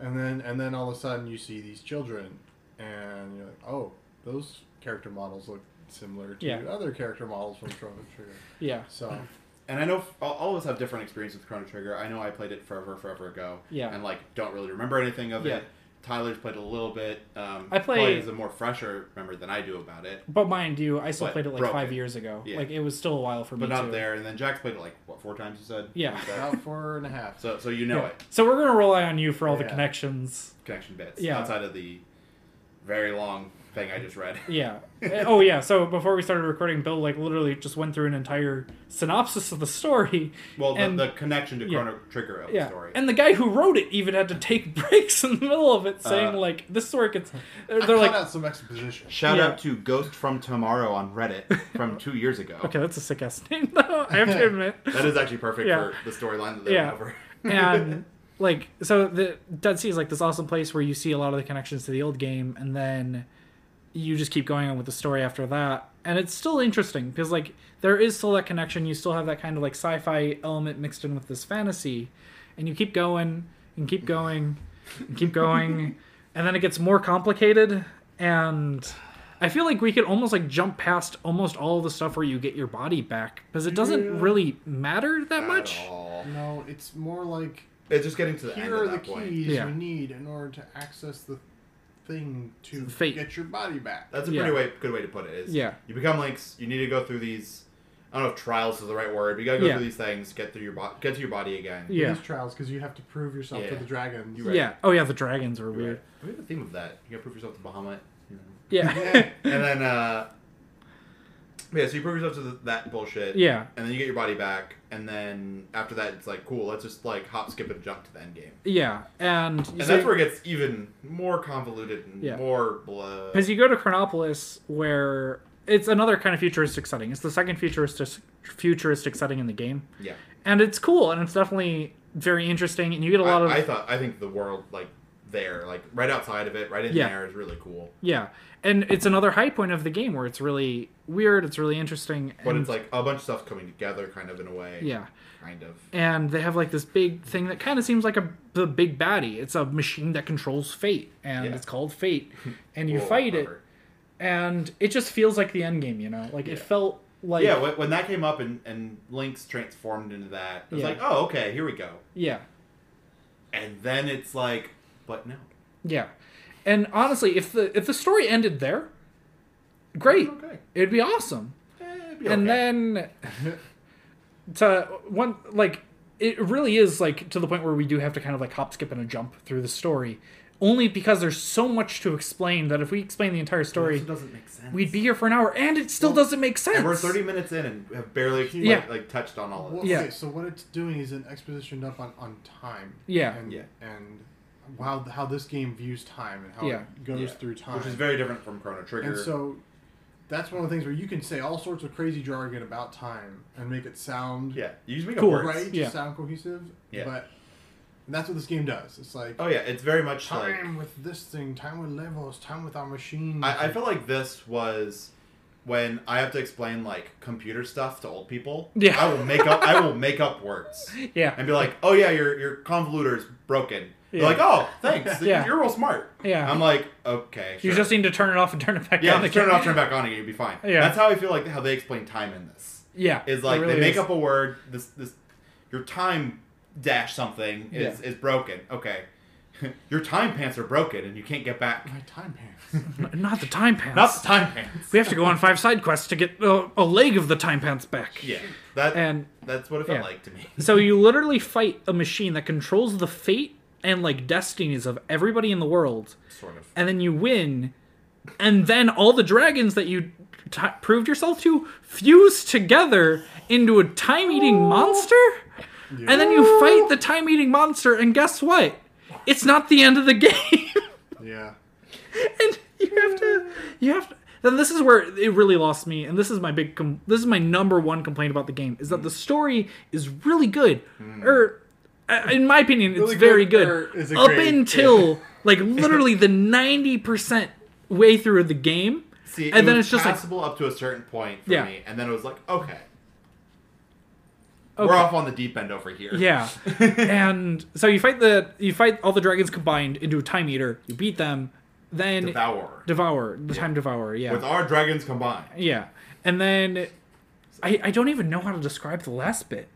S3: And then and then all of a sudden you see these children, and you're like, oh, those character models look similar to
S1: Yeah.
S3: other character models from Chrono Trigger.
S1: yeah
S3: So
S2: And I know f- all- all of us have different experience with Chrono Trigger. I know I played it forever, forever ago.
S1: Yeah.
S2: And like, don't really remember anything of
S1: Yeah.
S2: it. Tyler's played a little bit. Um,
S1: I
S2: probably
S1: play-
S2: is a more fresher member than I do about it,
S1: but mind you i still
S2: But
S1: played it like
S2: broke
S1: five
S2: it.
S1: years ago
S2: Yeah.
S1: like it was still a while for
S2: but
S1: me
S2: not
S1: too.
S2: there. And then Jack's played it like what four times? You said.
S1: Yeah.
S2: Something like that.
S3: about four and a half.
S2: so so you know
S1: Yeah.
S2: it.
S1: so we're gonna rely on you for all the
S3: Yeah.
S1: connections
S2: connection bits
S1: Yeah.
S2: outside of the very long thing I just read.
S1: Yeah. Uh, oh yeah. So before we started recording, Bill like literally just went through an entire synopsis of the story.
S2: Well, the,
S1: and,
S2: the connection to
S1: yeah.
S2: Chrono Trigger of
S1: yeah,
S2: the story.
S1: and the guy who wrote it even had to take breaks in the middle of it, saying
S2: Uh,
S1: like this story gets. They're,
S3: I
S1: they're
S3: cut
S1: like,
S3: out some exposition.
S2: Shout
S1: Yeah.
S2: out to Ghost from Tomorrow on Reddit from two years ago.
S1: okay, that's a sick ass name though. I have to admit.
S2: That is actually perfect
S1: Yeah.
S2: for the storyline that they
S1: Yeah.
S2: went over.
S1: and like so the dead sea is like this awesome place where you see a lot of the connections to the old game and then you just keep going on with the story after that and it's still interesting because like there is still that connection you still have that kind of like sci-fi element mixed in with this fantasy and you keep going and keep going and keep going and then it gets more complicated and i feel like we could almost like jump past almost all the stuff where you get your body back because it doesn't
S2: Yeah.
S1: really matter that much
S2: At all.
S3: No, it's more like
S2: It's just getting to the end
S3: here
S2: of
S3: are the
S2: that point.
S3: keys
S1: Yeah.
S3: you need in order to access the thing to
S1: Fate.
S3: get your body back.
S2: That's a
S1: Yeah.
S2: pretty way, good way to put it. Is
S1: Yeah.
S2: you become links. You need to go through these. I don't know if trials is the right word, but you gotta go
S1: Yeah.
S2: through these things, get through your bo- get to your body again.
S1: Yeah.
S3: These trials because you have to prove yourself to
S2: Yeah.
S3: the dragons.
S2: You Right.
S1: Yeah. Oh yeah, the dragons are
S2: Right.
S1: weird.
S2: We have a theme of that. You gotta prove yourself to Bahamut. You know.
S1: Yeah.
S2: and then uh yeah so you prove yourself to th that bullshit
S1: yeah.
S2: and then you get your body back and then after that it's like cool let's just like hop skip and jump to the end game
S1: Yeah. And
S2: and that's where it gets even more convoluted and
S1: Yeah.
S2: more blah
S1: because you go to Chronopolis, where it's another kind of futuristic setting. It's the second futuristic futuristic setting in the game,
S2: yeah
S1: and it's cool, and it's definitely very interesting, and you get a lot
S2: I,
S1: of
S2: I thought i think the world like there like right outside of it right in
S1: Yeah.
S2: there is really cool
S1: yeah, and it's another high point of the game where it's really weird, it's really interesting,
S2: but
S1: and,
S2: it's like a bunch of stuff coming together kind of in a way
S1: yeah.
S2: kind of
S1: and they have like this big thing that kind of seems like a the big baddie. It's a machine that controls fate, and
S2: Yeah.
S1: it's called Fate, and you
S2: Whoa,
S1: fight it,
S2: whatever.
S1: and it just feels like the end game, you know. Like
S2: Yeah.
S1: it felt like
S2: yeah when, when that came up and and links transformed into that it was
S1: Yeah.
S2: like oh okay here we go
S1: yeah,
S2: and then it's like but no
S1: yeah. And honestly, if the if the story ended there, great,
S2: okay
S1: it'd be awesome.
S2: Eh, it'd be
S1: And
S2: okay.
S1: then to one like it really is like to the point where we do have to kind of like hop, skip, and a jump through the story, only because there's so much to explain that if we explain the entire
S4: It
S1: story,
S4: also doesn't make sense.
S1: we'd be here for an hour, and it still doesn't make sense.
S2: And we're 30 minutes in and have barely
S1: Yeah.
S2: like, like touched on all of
S3: Oh, Well,
S2: this.
S1: Yeah.
S3: Okay, so what it's doing is an exposition up on, on time.
S1: Yeah.
S3: And,
S2: Yeah.
S3: And how how this game views time and how
S1: Yeah.
S3: it goes
S2: Yeah.
S3: through time,
S2: Which is very different from Chrono Trigger.
S3: and so that's one of the things where you can say all sorts of crazy jargon about time and make it sound
S2: yeah, you just make
S1: Cool.
S2: up words.
S3: right, to
S1: Yeah.
S3: sound cohesive.
S2: Yeah.
S3: But and that's what this game does. It's like
S2: Oh yeah, it's very much like
S3: time with this thing, time with levels, time with our machines.
S2: I, I feel like this was when I have to explain like computer stuff to old people.
S1: Yeah.
S2: I will make up I will make up words
S1: yeah,
S2: and be like, oh yeah, your your convoluter is broken. They're
S1: Yeah.
S2: like, oh thanks,
S1: Yeah.
S2: you're real smart.
S1: Yeah.
S2: I'm like, okay,
S1: you
S2: sure.
S1: just need to turn it off and turn it back
S2: yeah,
S1: on.
S2: just
S1: again.
S2: turn it off, turn it back on again, you'll be fine.
S1: Yeah.
S2: That's how I feel like how they explain time in this.
S1: Yeah,
S2: Is
S1: it
S2: like
S1: really
S2: they make
S1: is.
S2: up a word. This this your time dash something is is broken. Okay. your time pants are broken and you can't get back.
S3: my time pants.
S1: N- not the time pants.
S2: Not the time pants.
S1: we have to go on five side quests to get a, a leg of the time pants back.
S2: Yeah, that
S1: And-
S2: that's what it felt
S1: yeah.
S2: like to me.
S1: So you literally fight a machine that controls the fate and like destinies of everybody in the world,
S2: Sort of.
S1: and then you win, and then all the dragons that you t- proved yourself to fuse together into a time-eating monster, and then you fight the time-eating monster, and guess what? It's not the end of the game.
S3: yeah.
S1: and you have to you have to then this is where it really lost me and this is my big com- this is my number one complaint about the game is that the story is really good or uh, in my opinion it's
S3: Really
S1: very
S3: good
S1: good,
S3: or is it
S1: up
S3: great?
S1: until like literally the 90% way through the game
S2: See,
S1: and then
S2: was
S1: it's just like
S2: passable up to a certain point for
S1: Yeah.
S2: me, and then it was like, okay,
S1: Okay.
S2: we're off on the deep end over here.
S1: Yeah, and so you fight the you fight all the dragons combined into a time eater. You beat them, then devour,
S2: Devour
S1: the time devourer. Yeah,
S2: with our dragons combined.
S1: Yeah, and then I I don't even know how to describe the last bit.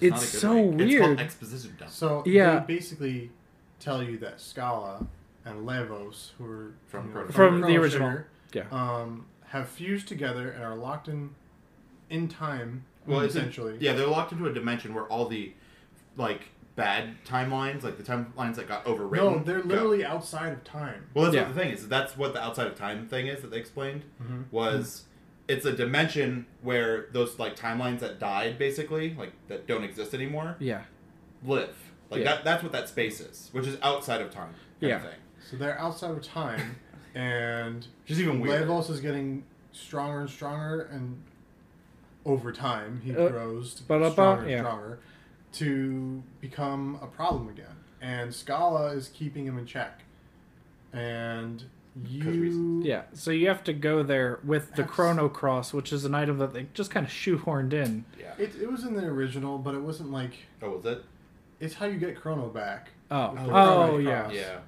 S1: It's,
S2: not a good
S1: so
S2: thing. It's called
S1: weird.
S2: exposition dump.
S3: So
S1: Yeah.
S3: they basically tell you that Scala and Levos, who are
S2: From
S3: you
S2: Chrono-
S1: From
S3: Chrono
S1: the original.
S3: Trigger,
S1: yeah,
S3: um, have fused together and are locked in in time.
S2: well, it's
S3: essentially,
S2: essentially, yeah, they're locked into a dimension where all the like bad timelines, like the timelines that got overwritten.
S3: No, they're
S2: go.
S3: literally outside of time.
S2: Well, that's
S1: Yeah. Mm-hmm.
S2: what the thing is. That's what the outside of time thing is that they explained was it's a dimension where those like timelines that died basically, like that don't exist anymore,
S1: yeah,
S2: live. Like
S1: Yeah.
S2: that that's what that space is, which is outside of time. Kind
S1: Yeah.
S2: Of thing.
S3: So they're outside of time, and
S2: Which is even weird.
S3: Levos is getting stronger and stronger, and over time he
S1: Uh,
S3: grows to
S1: ba-da-ba,
S3: stronger
S1: yeah.
S3: and stronger to become a problem again. And Scala is keeping him in check, and you
S2: reasons.
S1: yeah. So you have to go there with the
S3: That's-
S1: Chrono Cross, which is an item that they just kind of shoehorned in.
S2: Yeah.
S3: It, it was in the original, but it wasn't like
S2: Oh, was it?
S3: it's how you get Chrono back.
S1: Oh,
S3: With
S1: oh,
S3: the Chrono
S1: yeah,
S3: Cross.
S2: Yeah.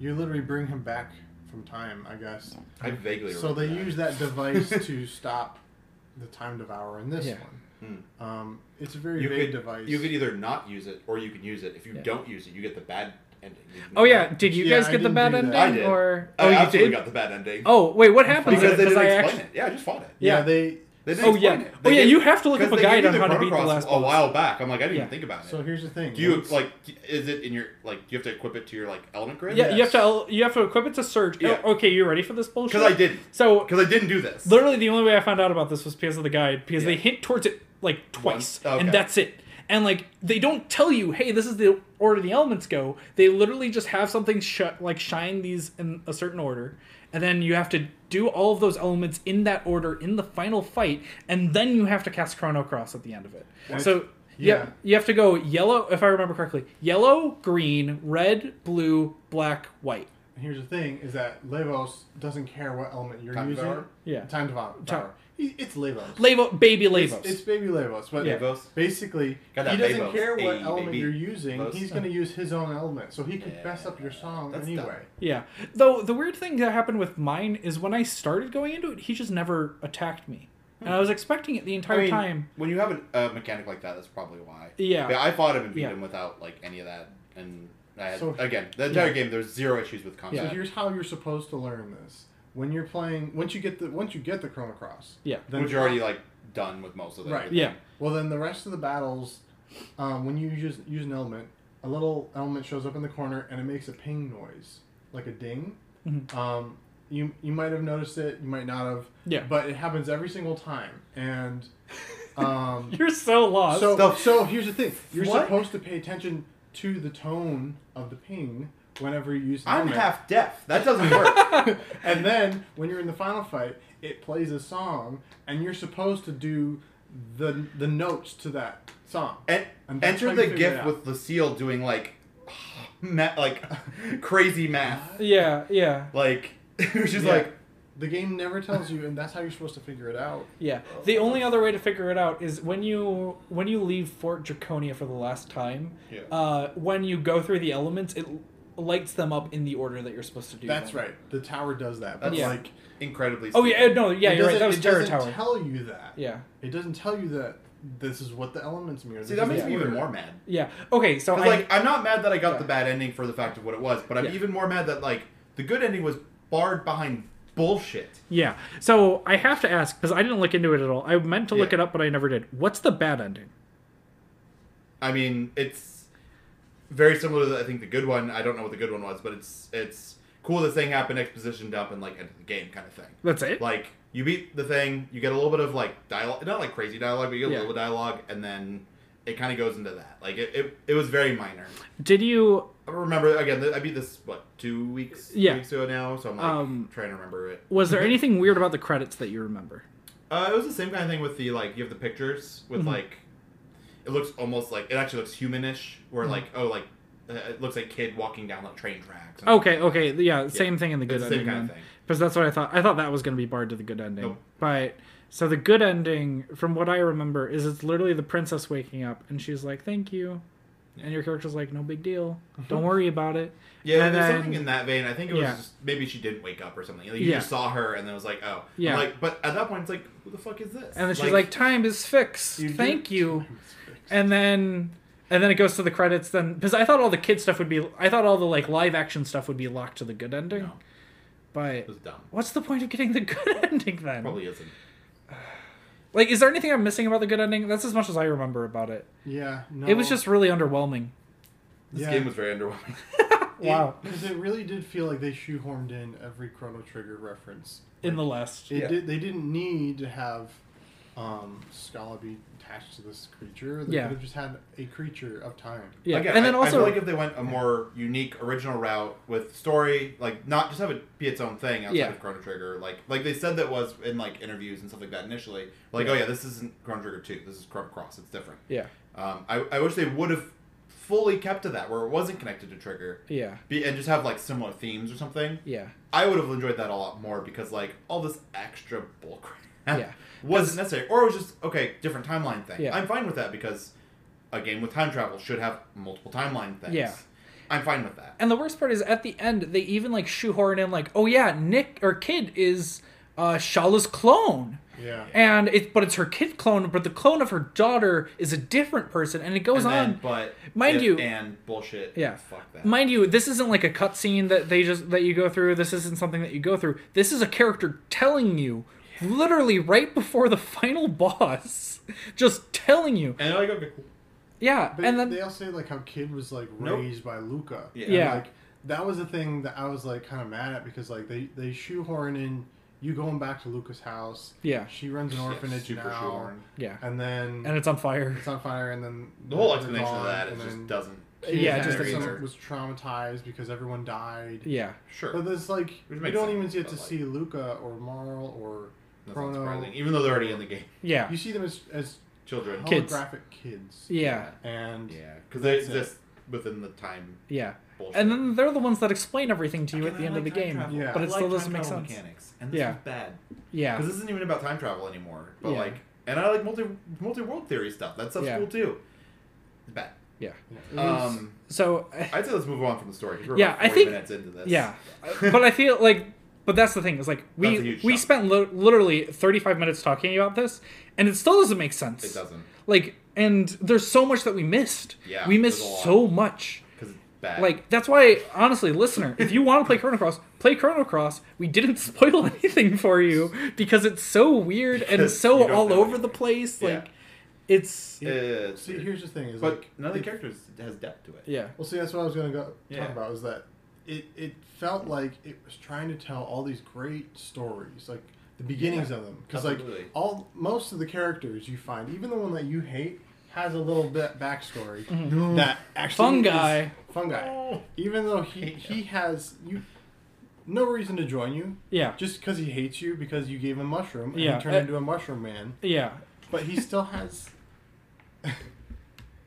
S3: You literally bring him back from time, I guess.
S2: I vaguely
S3: So they
S2: remember
S3: use that device to stop the time devourer in this
S1: Yeah.
S3: one. Um, it's a very
S2: Hmm. you
S3: big
S2: could,
S3: device.
S2: You could either not use it or you can use it. If you
S1: Yeah.
S2: don't use it, you get the bad ending. You can-
S1: Oh yeah, did you
S3: Yeah,
S1: guys
S3: I
S1: get the
S3: didn't
S1: bad
S3: do that.
S1: ending?
S2: I did.
S1: Or
S2: I
S1: oh, you
S2: absolutely
S1: did.
S2: got the bad ending.
S1: Oh, wait, what happened?
S2: because they didn't
S1: I
S2: explain
S1: actually.
S2: it. Yeah, I just fought it.
S3: yeah,
S1: yeah.
S3: they.
S2: They didn't
S1: Oh
S2: explain
S1: yeah,
S2: it.
S1: oh
S2: They
S1: yeah.
S2: gave-
S1: You have to look
S2: Because
S1: up a
S2: they gave
S1: guide
S2: you
S1: on
S2: the
S1: how to beat the
S2: Chrono Cross
S1: last
S2: a
S1: boss.
S2: while back. I'm like, I didn't
S1: Yeah.
S2: even think about it.
S3: So here's the thing.
S2: do you
S3: once-
S2: like? Is it in your like? Do you have to equip it to your like element grid?
S1: Yeah, you have to you have to equip it to surge.
S2: Yeah.
S1: Oh, okay, you ready for this bullshit?
S2: Because I didn't.
S1: So
S2: Because I didn't do this.
S1: Literally, the only way I found out about this was because of the guide, because they
S2: Yeah.
S1: hint towards it like twice,
S2: Once? Okay.
S1: and that's it. And like they don't tell you, hey, this is the order the elements go. They literally just have something sh- like shine these in a certain order, and then you have to do all of those elements in that order in the final fight, and then you have to cast Chrono Cross at the end of it. So yeah.
S3: yeah.
S1: you have to go yellow, if I remember correctly, yellow, green, red, blue, black, white.
S3: Here's the thing: is that Levos doesn't care what element you're
S2: Time
S3: using.
S2: devourer?
S1: Yeah.
S3: Time devour. devour. He, it's Levos.
S1: Lavo, baby Lavos.
S3: It's baby Levos, but
S1: Yeah.
S2: Levos.
S3: basically
S2: Got
S3: he
S2: that
S3: doesn't
S2: Levos.
S3: care what
S2: Hey,
S3: element
S2: baby.
S3: you're using.
S2: Levos.
S3: He's going to use his own element, so he could
S2: Yeah.
S3: mess up your song
S2: That's
S3: anyway.
S2: dumb.
S1: Yeah. Though the weird thing that happened with mine is when I started going into it, he just never attacked me. And I was expecting it the
S2: I
S1: entire
S2: mean,
S1: time.
S2: when you have a uh, mechanic like that, that's probably why.
S1: Yeah.
S2: But I fought him and beat
S1: Yeah.
S2: him without like any of that, and I had,
S3: So-
S2: again the entire game there's zero issues with combat.
S1: Yeah.
S3: So here's how you're supposed to learn this. When you're playing, once you get the once you get the Chrono Cross,
S1: Yeah.
S3: then
S2: which you're already like done with most of them.
S3: Right.
S1: Yeah.
S3: Well, then the rest of the battles, um, when you use use an element, a little element shows up in the corner and it makes a ping noise, like a ding.
S1: Mhm.
S3: Um, you you might have noticed it, you might not have.
S1: Yeah.
S3: But it happens every single time, and um,
S1: You're so lost.
S3: so
S2: Stuff.
S3: so here's the thing: you're
S2: What?
S3: supposed to pay attention to the tone of the ping whenever you use. An
S2: I'm
S3: element.
S2: half deaf. That doesn't work.
S3: And then when you're in the final fight, it plays a song, and you're supposed to do the the notes to that song.
S2: and,
S3: And that's
S2: enter
S3: how
S2: the
S3: you figure it
S2: GIF
S3: out.
S2: with Lucille doing like, ma- like crazy math.
S1: yeah, yeah,
S2: Like she's
S3: Yeah.
S2: like,
S3: the game never tells you, and that's how you're supposed to figure it out.
S1: yeah. The only other way to figure it out is when you when you leave Fort Draconia for the last time.
S2: Yeah.
S1: Uh, when you go through the elements, it l- lights them up in the order that you're supposed to do.
S3: That's
S1: them.
S3: right. The tower does that, but
S2: That's
S1: Yeah.
S3: like
S2: incredibly.
S1: Oh yeah,
S2: stupid.
S1: no, yeah,
S3: it
S1: you're right.
S3: doesn't-
S1: That was
S3: it
S1: Terra Tower.
S3: doesn't Tell you that.
S1: yeah.
S3: It doesn't tell you that this is what the elements mean. or
S2: See,
S3: this
S2: that
S3: is
S2: makes
S3: the
S2: me even
S3: order.
S2: more mad.
S1: Yeah. Okay, so
S2: 'Cause,
S1: I
S2: like, I'm not mad that I got
S1: Yeah.
S2: the bad ending for the fact of what it was, but I'm
S1: Yeah.
S2: even more mad that like the good ending was barred behind bullshit.
S1: Yeah. So I have to ask because I didn't look into it at all. I meant to look
S2: Yeah.
S1: it up, but I never did. What's the bad ending?
S2: I mean, it's very similar to I think the good one. I don't know what the good one was, but it's it's cool. This thing happened, exposition dump, and like end of the game kind of thing.
S1: That's it.
S2: Like you beat the thing, you get a little bit of like dialogue, not like crazy dialogue, but you get
S1: Yeah.
S2: a little bit of dialogue, and then it kind of goes into that. Like it, it, it was very minor.
S1: Did you?
S2: I remember again. th- I beat this what two weeks, two
S1: Yeah.
S2: weeks ago now, so I'm like
S1: Um,
S2: trying to remember it.
S1: Was there anything weird about the credits that you remember?
S2: Uh, it was the same kind of thing with the like you have the pictures
S1: Mm-hmm.
S2: with like it looks almost like it actually looks humanish where
S1: Mm-hmm.
S2: like oh like uh, it looks like kid walking down like train tracks. and-
S1: Okay. Okay. Yeah. Same thing in the
S2: It's
S1: good
S2: the
S1: ending.
S2: same kind of
S1: then.
S2: thing.
S1: Because that's what I thought. I thought that was going to be barred to the good ending.
S2: Nope.
S1: But so the good ending, from what I remember, is it's literally the princess waking up and she's like, "Thank you," and your character's like, "No big deal. Don't worry about it."
S2: Yeah,
S1: And
S2: there's
S1: then-
S2: something in that vein. I think it was
S1: Yeah.
S2: just, maybe she didn't wake up or something. Like, you
S1: Yeah.
S2: just saw her and then it was like oh
S1: Yeah.
S2: I'm like but at that point it's like who the fuck is this?
S1: And then she's like, "Time is fixed.
S3: You do-
S1: Thank you." and then and then it goes to the credits then because i thought all the kid stuff would be i thought all the like live action stuff would be locked to the good ending
S2: no,
S1: but
S2: it was dumb.
S1: what's the point of getting the good ending then
S2: Probably isn't.
S1: like is there anything i'm missing about the good ending that's as much as i remember about it
S3: Yeah. No.
S1: it was just really underwhelming
S2: This
S3: Yeah.
S2: game was very underwhelming.
S1: wow
S3: Because it really did feel like they shoehorned in every Chrono Trigger reference.
S1: in the last
S3: It
S2: Yeah.
S3: did, they didn't need to have um, Scalaby attached to this creature. They
S1: Yeah.
S3: could have just had a creature of time.
S1: yeah
S2: Again,
S1: and then
S2: I, I
S1: also
S2: feel like if they went a more unique, original route with story, like not just have it be its own thing outside
S1: Yeah.
S2: of Chrono Trigger, like like they said that was in like interviews and stuff like that initially, like oh yeah, this isn't Chrono Trigger two, this is Chrono Cross, it's different.
S1: yeah
S2: Um, I I wish they would have fully kept to that where it wasn't connected to Trigger,
S1: yeah
S2: be, and just have like similar themes or something.
S1: yeah
S2: I would have enjoyed that a lot more because like all this extra bullcrap
S1: Yeah.
S2: wasn't necessary, or it was just okay, different timeline thing.
S1: Yeah.
S2: I'm fine with that because a game with time travel should have multiple timeline things.
S1: Yeah.
S2: I'm fine with that.
S1: And the worst part is at the end they even like shoehorn in like, oh yeah, Nick or Kid is uh, Shala's clone.
S3: Yeah.
S1: And it, but it's her kid clone, but the clone of her daughter is a different person, and it goes
S2: And then,
S1: on.
S2: but
S1: Mind
S2: if
S1: you-
S2: and bullshit.
S1: Yeah.
S2: fuck that.
S1: Mind you, this isn't like a cutscene that they just that you go through. This isn't something that you go through. This is a character telling you, literally right before the final boss, just telling you.
S2: and they're like, okay, cool.
S1: Yeah,
S3: But
S1: and then
S3: they also say like how Kid was like
S2: Nope.
S3: raised by Luca.
S2: Yeah.
S3: And,
S1: Yeah.
S3: like that was the thing that I was like kind of mad at because like they they shoehorn in you going back to Luca's house.
S1: Yeah.
S3: She runs an
S2: Yeah,
S3: orphanage
S2: super
S3: now.
S2: shoehorn.
S1: yeah,
S3: And then
S1: and it's on fire.
S3: it's on fire, and then
S2: The whole
S3: they're
S2: explanation of
S3: gone,
S2: that is
S3: and
S2: just
S3: then
S2: doesn't.
S3: Kid
S1: Yeah,
S2: it
S1: just
S2: doesn't
S1: doesn't-
S2: either.
S3: was traumatized because everyone died.
S1: Yeah,
S2: Sure.
S3: But it's like you
S2: makes
S3: don't
S2: sense,
S3: even get
S2: but,
S3: to
S2: like-
S3: see Luca or Marl or
S2: That's not
S3: Chrono.
S2: surprising. Even though they're already in the game,
S1: yeah,
S3: You see them as as
S2: children.
S1: Kids.
S3: holographic kids.
S1: yeah,
S3: And
S2: Yeah, because they
S3: That's it.
S2: exist within the time.
S1: yeah.
S2: Bullshit.
S1: And then they're the ones that explain everything to you
S2: And
S1: at the
S2: I
S1: end of the
S2: like time
S1: game.
S2: travel.
S3: Yeah.
S1: But
S2: I
S1: it still
S2: like time
S1: doesn't make
S2: travel
S1: sense.
S2: Mechanics, and this
S1: Yeah.
S2: is bad.
S1: Yeah.
S2: Because this isn't even about time travel anymore. But
S1: Yeah.
S2: like, and I like multi multi world theory stuff. That stuff's
S1: Yeah.
S2: cool too. It's bad.
S1: Yeah.
S3: It was-
S2: Um,
S1: So uh,
S2: I'd say let's move on from the story. 'cause We're
S1: Yeah,
S2: about
S1: I
S2: 40
S1: think-
S2: minutes into this.
S1: yeah, but I feel like but that's the thing is like
S2: That's
S1: we
S2: a huge
S1: we
S2: shock.
S1: spent li- literally 35 minutes talking about this and it still doesn't make sense.
S2: it doesn't
S1: Like and there's so much that we missed.
S2: Yeah,
S1: We
S2: there's a
S1: missed
S2: lot.
S1: so much.
S2: because bad.
S1: Like that's why, honestly, listener, if you want to play Chrono Cross, play Chrono Cross. We didn't spoil anything for you because it's so weird and
S2: Because you
S1: so
S2: don't
S1: all
S2: know
S1: over the place.
S2: Yeah.
S1: Like, it's
S2: Uh,
S3: See, here's the thing: is
S2: but
S3: like
S2: none of the
S3: it-
S2: characters has depth to it.
S1: yeah,
S3: Well, see, that's what I was going to go
S2: Yeah.
S3: talk about. Is that it? It felt like it was trying to tell all these great stories, like the beginnings of them, because like
S2: absolutely.
S3: all most of the characters you find, even the one that you hate, has a little bit backstory that actually
S1: Fungi.
S3: is- fungi.
S2: Oh.
S3: Even though he he has you. No reason to join you.
S1: Yeah.
S3: Just because he hates you because you gave him mushroom and
S1: Yeah,
S3: he turned
S1: uh,
S3: into a mushroom man.
S1: yeah.
S3: But he still has.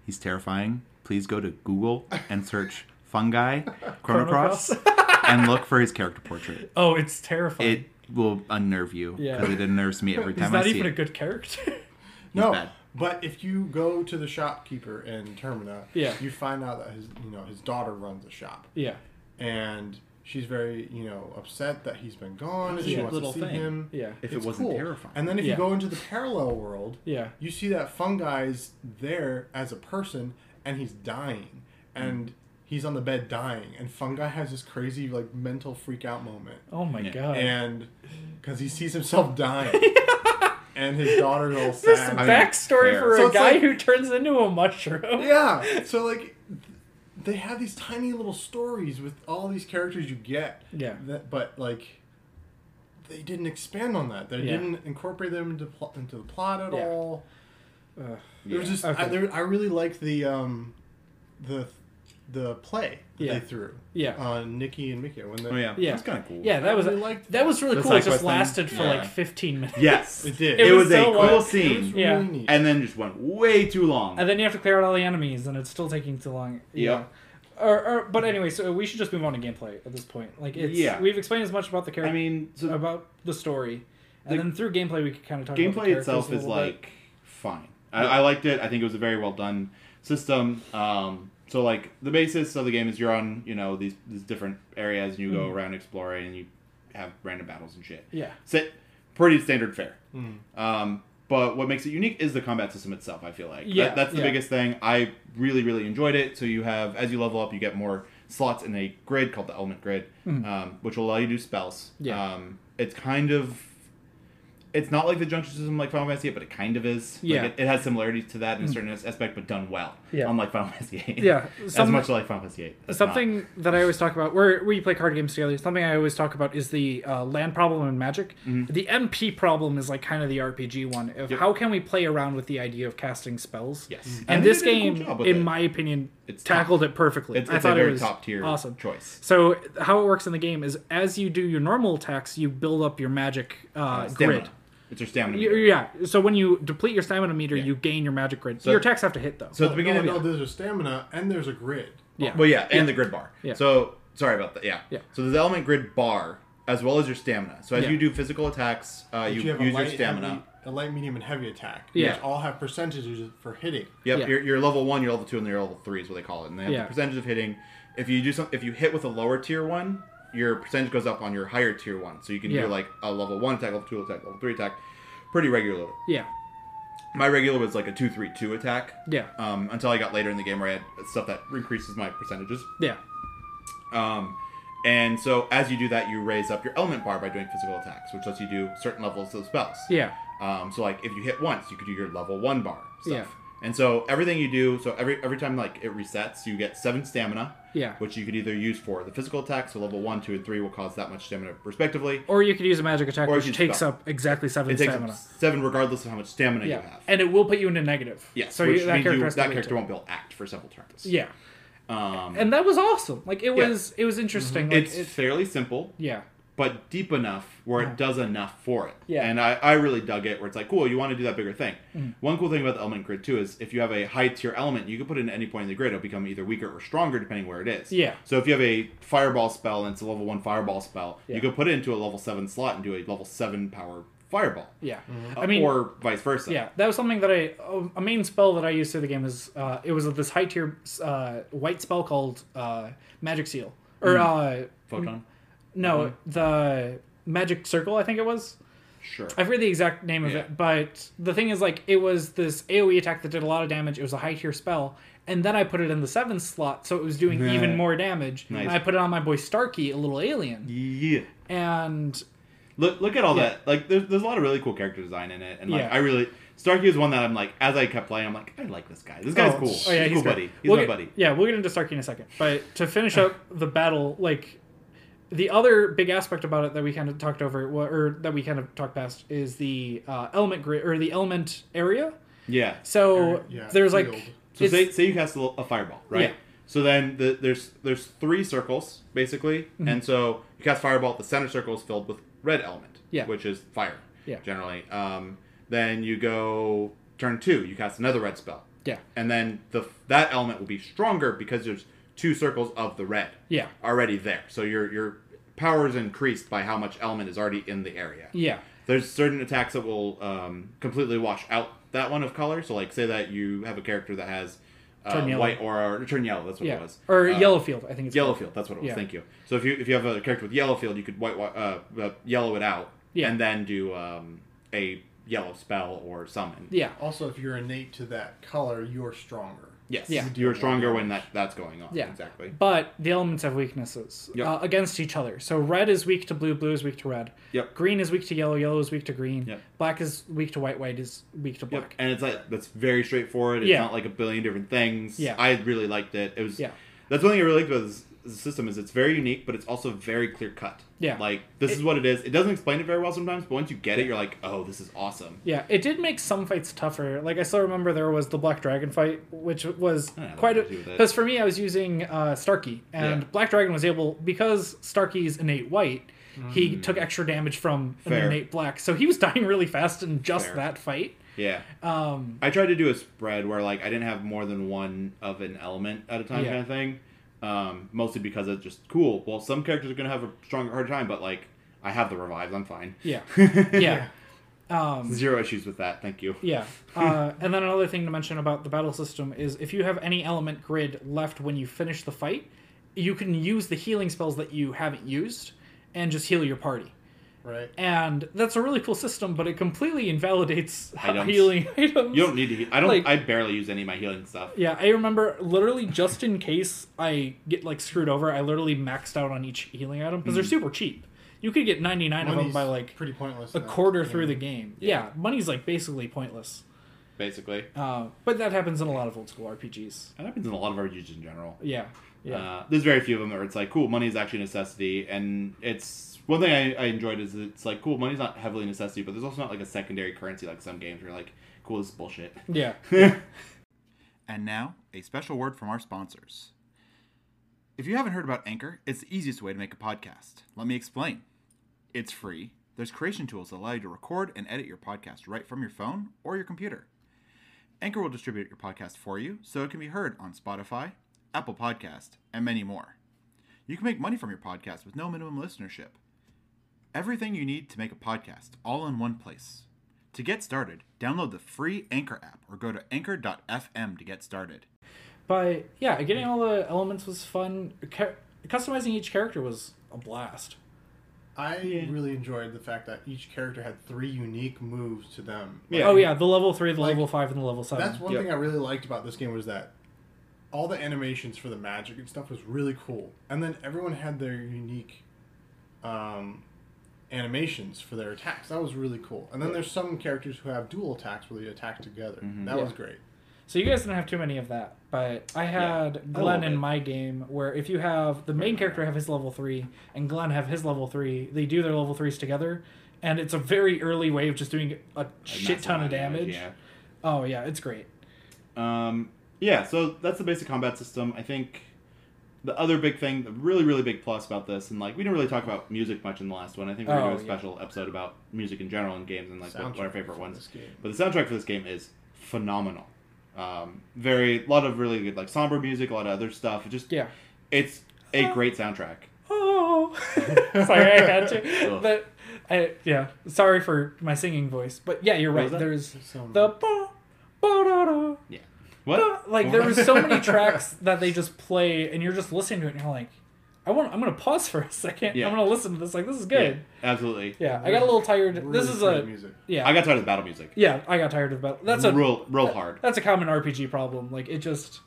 S2: He's terrifying. Please go to Google and search fungi
S1: Chrono Cross.
S2: and look for his character portrait.
S1: Oh, it's terrifying.
S2: It will unnerve you
S1: Yeah.
S2: because it unnerves me every
S1: He's
S2: time I
S1: not
S2: see
S1: even a
S2: it.
S1: good character.
S3: no,
S2: bad.
S3: but if you go to the shopkeeper in Termina,
S1: Yeah.
S3: you find out that his you know his daughter runs a shop,
S1: yeah,
S3: and she's very you know upset that he's been gone. And she
S1: Yeah.
S3: wants
S2: Little
S3: to see
S2: thing.
S3: him.
S1: yeah,
S2: If it wasn't terrifying.
S3: and then if
S1: Yeah.
S3: you go into the parallel world,
S1: yeah.
S3: you see that fungi's there as a person, and he's dying, and he's on the bed dying, and fungi has this crazy like mental freak out moment
S1: Oh my
S2: Yeah.
S1: god.
S3: and because he sees himself dying, and his daughter's all
S1: this
S3: sad.
S2: mean,
S1: backstory
S2: fair.
S1: for
S3: So
S1: a
S3: it's
S1: guy
S3: like-
S1: who turns into a mushroom.
S3: yeah, so like they have these tiny little stories with all these characters you get.
S1: Yeah.
S3: that- but like they didn't expand on that. They
S1: Yeah.
S3: didn't incorporate them into pl- into the plot at
S1: Yeah.
S3: all.
S1: Ugh.
S3: There was
S2: Yeah.
S3: just I,
S1: Okay.
S3: there, I really liked the um the the play that
S1: Yeah.
S3: they threw
S1: Yeah.
S3: on Nikki and Mickey when they,
S2: Oh yeah,
S1: Yeah.
S2: that's kind of cool.
S1: Yeah,
S3: I
S1: that was
S3: really liked
S1: that was really
S2: The
S1: cool. It
S2: side
S1: just
S2: quest thing?
S1: lasted for like
S2: Yeah.
S1: 15 minutes.
S2: Yes,
S3: it did
S2: It, was,
S1: was so
S2: a cool
S1: wild. It was
S3: It was
S2: scene,
S3: really
S1: Yeah.
S3: neat.
S2: and then just went way too long.
S1: And then you have to clear out all the enemies, and it's still taking too long.
S2: Yeah.
S1: Or, or, but anyway, so we should just move on to gameplay at this point. Like, it's,
S2: Yeah.
S1: we've explained as much about the character,
S2: I mean, so
S1: about the story, and
S2: The-
S1: then through gameplay we could kind of talk. about the
S2: gameplay
S1: characters
S2: itself
S1: a
S2: is
S1: little bit.
S2: like fine. I, I liked it. I think it was a very well done system. Um, so like the basis of the game is you're on you know these these different areas and you
S1: Mm.
S2: go around exploring and you have random battles and shit.
S1: yeah,
S2: Sit pretty standard fare.
S1: Hmm.
S3: Mm.
S2: Um, but what makes it unique is the combat system itself. I feel like That-
S1: Yeah,
S2: that's the
S1: yeah.
S2: biggest thing. I really really enjoyed it. So you have as you level up, you get more slots in a grid called the element grid, um, which will allow you to do spells.
S1: Hmm. Yeah.
S2: Um, it's kind of it's not like the junction system like Final Fantasy, 8, but it kind of is. Like,
S1: Yeah. Hmm.
S2: it, it has similarities to that in a certain aspect, but done well.
S1: Yeah.
S2: Unlike Final Fantasy. 8.
S1: Yeah,
S2: as
S1: some-
S2: much like Final Fantasy. 8, it's not.
S1: something that I always talk about where we play card games together. Something I always talk about is the uh, land problem in Magic.
S2: Mm-hmm.
S1: The MP problem is like kind of the RPG one of how can we play around with the idea of casting spells.
S2: Yes.
S1: and,
S2: And they
S1: this
S2: did a cool
S1: game,
S2: job with
S1: in
S2: it.
S1: my opinion,
S2: It's top-
S1: tackled it perfectly.
S2: It's,
S1: I
S2: it's
S1: thought
S2: a very
S1: it was
S2: top tier
S1: awesome
S2: choice.
S1: So how it works in the game is as you do your normal attacks, you build up your magic uh,
S2: Stamina.
S1: grid.
S2: It's your stamina.
S1: Y- Yeah. So when you deplete your stamina meter,
S2: Yeah.
S1: you gain your magic grid.
S2: So-
S1: your attacks have to hit though.
S2: So at the beginning,
S3: no, no, there's a stamina and there's a grid.
S1: yeah.
S2: Well, yeah, and the grid bar.
S1: Yeah.
S2: So sorry about that. Yeah.
S1: Yeah.
S2: So there's the element grid bar as well as your stamina. So as
S1: Yeah.
S2: you do physical attacks, uh,
S3: But
S2: you,
S3: you have a
S2: use
S3: light,
S2: your stamina.
S3: heavy- a light, medium, and heavy attack.
S1: Yeah.
S3: Which all have percentages for hitting.
S2: Yep.
S1: Yeah.
S2: Your, your level one, your level two, and your level three is what they call it, and they have
S1: Yeah.
S2: the percentage of hitting. If you do some, if you hit with a lower tier one, your percentage goes up on your higher tier one. So you can
S1: Yeah.
S2: do like a level one attack, level two attack, level three attack, pretty regularly.
S1: yeah.
S2: My regular was like a two three two attack.
S1: Yeah.
S2: Um, until I got later in the game where I had stuff that increases my percentages.
S1: Yeah.
S2: Um, and so as you do that, you raise up your element bar by doing physical attacks, which lets you do certain levels of spells.
S1: Yeah.
S2: Um, so like if you hit once, you could do your level one bar stuff.
S1: Yeah.
S2: And so everything you do, so every every time like it resets, you get seven stamina.
S1: Yeah.
S2: Which you could either use for the physical attacks, so level one, two, and three will cause that much stamina respectively.
S1: Or you could use a magic attack,
S2: Or you
S1: which
S2: could
S1: takes
S2: spell.
S1: up exactly seven
S2: It takes up
S1: stamina.
S2: seven regardless of how much stamina you
S1: yeah,
S2: have.
S1: and it will put you into negative.
S2: yes.
S1: so
S2: which
S1: you, that
S2: means
S1: character
S2: you,
S1: has to
S2: that
S1: wait
S2: character
S1: till-
S2: won't be able to act for several turns.
S1: Yeah,
S2: Um, Mhm.
S1: and that was awesome. Like it was, it was interesting. Like,
S2: it's
S1: it-
S2: fairly simple.
S1: yeah,
S2: but deep enough where it does enough for it.
S1: Yeah. Mm.
S2: And I, I really dug it where it's like, cool, you want to do that bigger thing. One cool thing about the element grid too is if you have a high tier element, you can put it in any point in the grid, it'll become either weaker or stronger depending where it is.
S1: Yeah.
S2: So if you have a fireball spell and it's a level one fireball spell,
S1: Yeah.
S2: you could put it into a level seven slot and do a level seven power fireball.
S1: yeah.
S2: Mm-hmm.
S1: I mean,
S2: or vice versa.
S1: yeah, that was something that I a- a main spell that I used through the game is uh, it was this high tier uh, white spell called uh, Magic Seal or
S2: Mm.
S1: uh,
S2: Photon.
S1: no
S2: Mm-hmm.
S1: the Magic Circle I think it was.
S2: Sure.
S1: I forget the exact name of
S2: Yeah.
S1: E it, but the thing is, like, it was this AoE attack that did a lot of damage. It was a high tier spell, and then I put it in the seventh slot, so it was doing
S5: Yeah.
S1: even more damage.
S2: Nice.
S1: And I put it on my boy Starkey, a little alien,
S2: Yeah.
S1: and
S2: Look look at all
S1: Yeah.
S2: that. Like there's there's a lot of really cool character design in it, and like
S1: Yeah.
S2: I really Starkey is one that I'm like as I kept playing I'm like I like this guy. This guy's
S1: Oh,
S2: cool.
S1: Oh yeah, he's,
S2: cool
S1: great.
S2: buddy. He's
S1: We'll
S2: my
S1: get-
S2: buddy.
S1: Yeah, we'll get into Starkey in a second. But to finish up the battle, like the other big aspect about it that we kind of talked over, wa- or that we kind of talked past, is the uh, element grid or the element area.
S2: Yeah.
S1: So
S3: Area, yeah,
S1: there's like
S3: field.
S2: So
S1: it's-
S2: say, say you cast a, little- a fireball, right?
S1: Yeah.
S2: So then the, there's there's three circles basically,
S1: Mm-hmm.
S2: and so you cast fireball. The center circle is filled with red element,
S1: Yeah.
S2: which is fire,
S1: Yeah.
S2: generally. Um, then you go turn two, you cast another red spell,
S1: yeah,
S2: and then the that element will be stronger because there's two circles of the red,
S1: Yeah.
S2: already there. So your your power is increased by how much element is already in the area.
S1: yeah,
S2: There's certain attacks that will um, completely wash out that one of color. So, like, say that you have a character that has uh,
S1: Turn yellow.
S2: white aura or turn yellow. That's what it
S1: yeah,
S2: was.
S1: or
S2: Uh,
S1: yellow field. I think it's
S2: Yellow
S1: called.
S2: field. That's what it was.
S1: Yeah.
S2: Thank you. So if you if you have a character with yellow field, you could white wa- uh, uh, yellow it out
S1: Yeah.
S2: and then do um, a yellow spell or summon.
S1: Yeah,
S3: Also, if you're innate to that color, you're stronger.
S2: Yes.
S1: Yeah.
S2: You're stronger when that that's going on.
S1: Yeah.
S2: Exactly.
S1: But the elements have weaknesses
S2: Yep.
S1: uh, against each other. So red is weak to blue, blue is weak to red.
S2: Yep.
S1: Green is weak to yellow, yellow is weak to green.
S2: Yep.
S1: Black is weak to white, white is weak to black.
S2: Yep. And it's like that's very straightforward. It's
S1: Yeah.
S2: not like a billion different things.
S1: Yeah.
S2: I really liked it. It was
S1: Yeah.
S2: that's one thing I really liked about this, this system is it's very unique, but it's also very clear cut.
S1: Yeah.
S2: Like this is
S1: It-
S2: what it is. It doesn't explain it very well sometimes, but once you get it, you're like, oh, this is awesome.
S1: Yeah, it did make some fights tougher. Like I still remember there was the Black Dragon fight, which was
S2: I don't know
S1: quite a
S2: what to do with it.
S1: because for me I was using uh, Starkey, and
S2: Yeah.
S1: Black Dragon was able because Starkey's innate white, he took extra damage from
S2: Hmm. Fair.
S1: an innate black, so he was dying really fast in just
S2: Fair.
S1: that fight.
S2: Yeah.
S1: Um,
S2: I tried to do a spread where like I didn't have more than one of an element at a time
S1: Yeah.
S2: kind of thing. Um, mostly because it's just cool. Well, some characters are gonna have a stronger hard time, but like I have the revives, I'm fine.
S1: yeah, yeah, um,
S2: Zero issues with that, thank you.
S1: yeah. Uh, and then another thing to mention about the battle system is if you have any element grid left when you finish the fight, you can use the healing spells that you haven't used and just heal your party.
S3: Right.
S1: and that's a really cool system, but it completely invalidates
S2: Items.
S1: healing items.
S2: You don't need to. Heal. I don't.
S1: Like-
S2: I barely use any of my healing stuff.
S1: yeah, I remember literally just in case I get like screwed over, I literally maxed out on each healing item because they're super cheap. You could get ninety nine of them
S3: Money's
S1: by like
S3: pretty pointless.
S1: a
S3: now.
S1: quarter
S3: Yeah.
S1: through the game. Yeah. money's like basically pointless.
S2: Basically,
S1: Uh, but that happens in a lot of old school RPGs.
S2: that happens in a lot of RPGs in general.
S1: Yeah, yeah,
S2: Uh, there's very few of them where it's like, cool, money is actually a necessity, and it's one thing I, I enjoyed is it's like, cool, money's not heavily a necessity, but there's also not like a secondary currency like some games where you're like, cool, this is bullshit.
S1: yeah.
S5: And now, a special word from our sponsors. If you haven't heard about Anchor, it's the easiest way to make a podcast. Let me explain. It's free. There's creation tools that allow you to record and edit your podcast right from your phone or your computer. Anchor will distribute your podcast for you so it can be heard on Spotify, Apple Podcast, and many more. You can make money from your podcast with no minimum listenership. Everything you need to make a podcast all in one place. To get started, download the free Anchor app or go to anchor.fm to get started.
S1: But yeah, getting all the elements was fun. Ca- customizing each character was a blast.
S3: I really enjoyed the fact that each character had three unique moves to them.
S2: Yeah.
S1: Oh yeah, the level three, the
S3: Like,
S1: level five, and the level seven.
S3: That's one
S2: Yep.
S3: thing I really liked about this game was that all the animations for the magic and stuff was really cool, and then everyone had their unique um, animations for their attacks. That was really cool. And then there's some characters who have dual attacks where they attack together. That
S2: Mm-hmm.
S1: Yeah.
S3: was great.
S1: So you guys didn't have too many of that, but I had Glenn
S2: little
S1: in
S2: bit.
S1: my game where if you have the main character have his level three and Glenn have his level three, they do their level threes together, and it's a very early way of just doing a, shit
S2: Massive
S1: ton
S2: amount
S1: of damage.
S2: Yeah.
S1: Oh yeah, it's great.
S2: Um, yeah, so that's the basic combat system. I think the other big thing, the really, really big plus about this, and like we didn't really talk about music much in the last one. I think we're
S1: Oh,
S2: gonna do
S1: yeah.
S2: a special episode about music in general and games and like what, what our favorite
S3: for
S2: ones.
S3: This game.
S2: But the soundtrack for this game is phenomenal. Um, very a lot of really good like somber music, a lot of other stuff. It just
S1: Yeah.
S2: it's a great soundtrack.
S1: Oh, sorry, I had to.
S2: Ugh.
S1: But I, yeah, sorry for my singing voice. But yeah, you're right.
S2: was that?
S1: There's
S3: Some-
S1: the ba, ba, da, da,
S2: Yeah. What?
S1: Like there were so many tracks that they just play, and you're just listening to it, and you're like, I want. I'm gonna pause for a second.
S2: Yeah.
S1: I'm gonna listen to this. Like this is good.
S2: Yeah, absolutely.
S1: Yeah. I got a little tired.
S3: Really
S1: this is
S3: pretty
S1: a.
S3: music.
S1: Yeah.
S2: I got tired of the battle music.
S1: yeah. I got tired of that. That's a
S2: real, real hard.
S1: That's a common RPG problem. Like it just.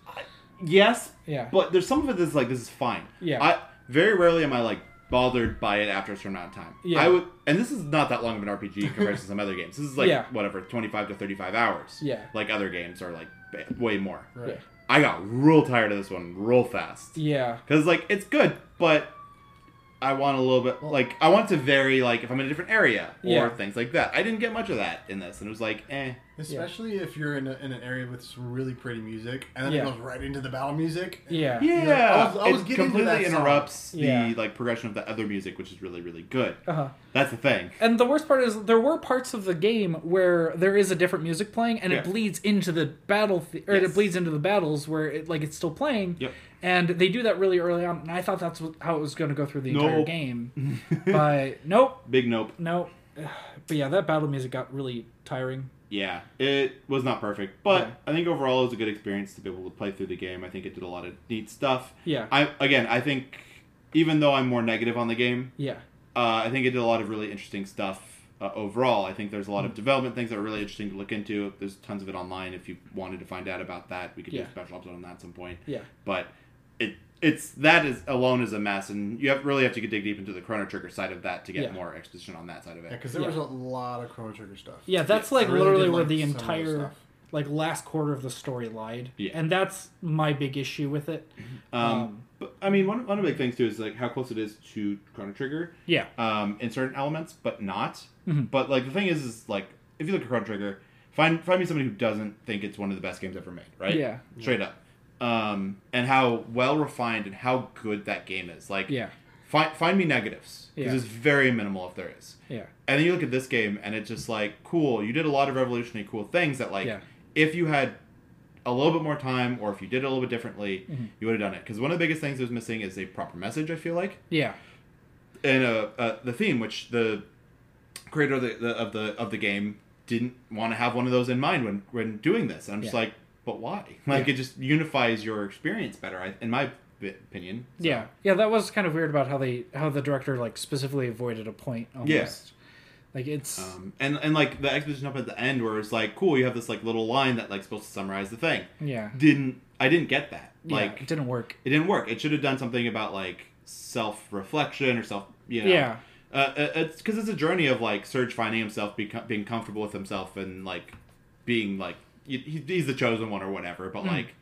S2: Yes,
S1: Yeah.
S2: but there's some of it that's like this is fine.
S1: Yeah.
S2: I very rarely am I like bothered by it after a certain amount of time.
S1: Yeah.
S2: I would, and this is not that long of an RPG compared to some other games. This is like
S1: Yeah.
S2: whatever, 25 to 35 hours.
S1: Yeah.
S2: Like other games are like ba- way more.
S3: Right.
S2: I got real tired of this one real fast.
S1: Yeah.
S2: Cause like it's good, but I want a little bit like I want to vary like if I'm in a different area or
S1: Yeah.
S2: things like that. I didn't get much of that in this, and it was like eh.
S3: Especially if you're in, a, in an area with some really pretty music, and then
S1: Yeah.
S3: it goes right into the battle music.
S1: Yeah. Yeah.
S2: Yeah,
S3: I was- I was
S2: it
S3: getting to
S2: completely
S3: that song.
S2: interrupts the
S1: Yeah.
S2: like progression of the other music, which is really really good.
S1: Uh
S3: Uh-huh.
S1: huh.
S2: That's the thing.
S1: And the worst part is there were parts of the game where there is a different music playing, and
S2: Yeah.
S1: it bleeds into the battle, th- or
S2: Yes.
S1: it bleeds into the battles where it like it's still playing.
S2: Yep.
S1: And they do that really early on, and I thought that's what, how it was going to go through the entire
S2: Nope.
S1: game, but nope,
S2: Big nope.
S1: nope. But yeah, that battle music got really tiring.
S2: Yeah, it was not perfect, but
S1: Yeah.
S2: I think overall it was a good experience to be able to play through the game. I think it did a lot of neat stuff.
S1: Yeah.
S2: I again, I think even though I'm more negative on the game,
S1: Yeah.
S2: uh, I think it did a lot of really interesting stuff uh, overall. I think there's a lot
S1: Mm.
S2: of development things that are really interesting to look into. There's tons of it online. If you wanted to find out about that, we could do
S1: Yeah.
S2: a special episode on that at some point.
S1: Yeah.
S2: But it it's that is alone is a mess, and you have really have to dig deep into the Chrono Trigger side of that to get
S1: Yeah.
S2: more exposition on that side of it.
S3: Yeah, because there
S1: Yeah.
S3: was a lot of Chrono Trigger stuff.
S1: Yeah, that's like
S3: I really
S1: literally
S3: did
S1: where
S3: like
S1: the
S3: some of the
S1: entire
S3: stuff.
S1: like last quarter of the story lied.
S2: Yeah.
S1: And that's my big issue with it.
S2: Um,
S1: Um,
S2: but I mean, one, one of the big things too is like how close it is to Chrono Trigger
S1: Yeah.
S2: um, in certain elements, but not.
S1: Mm-hmm.
S2: But like the thing is, is like if you look at Chrono Trigger, find find me somebody who doesn't think it's one of the best games ever made, right?
S1: Yeah.
S2: straight up. Um, and how well refined and how good that game is. Like,
S1: Yeah.
S2: find find me negatives because
S1: Yeah.
S2: it's very minimal if there is.
S1: Yeah.
S2: And then you look at this game, and it's just like, cool. You did a lot of revolutionary cool things that, like,
S1: Yeah.
S2: if you had a little bit more time, or if you did it a little bit differently,
S1: Mm-hmm.
S2: you would have done it. Because one of the biggest things that was missing is a proper message. I feel like,
S1: Yeah.
S2: and uh, uh, the theme, which the creator of the, the of the of the game didn't want to have one of those in mind when when doing this. And I'm just
S1: Yeah.
S2: like, but why? Like,
S1: Yeah.
S2: it just unifies your experience better, I, in my bi- opinion. So,
S1: Yeah, yeah, that was kind of weird about how they how the director like specifically avoided a point. Almost.
S2: Yeah.
S1: like it's
S2: Um, and and like the exposition up at the end where it's like, cool, you have this like little line that like supposed to summarize the thing.
S1: yeah,
S2: didn't I didn't get that.
S1: Yeah,
S2: Like
S1: it didn't work.
S2: it didn't work. It should have done something about like self reflection or self. You know,
S1: Yeah.
S2: Uh, it- it's because it's a journey of like Serge finding himself, become, being comfortable with himself, and like being like he- he- he's the chosen one or whatever.
S1: Hmm.
S2: But like,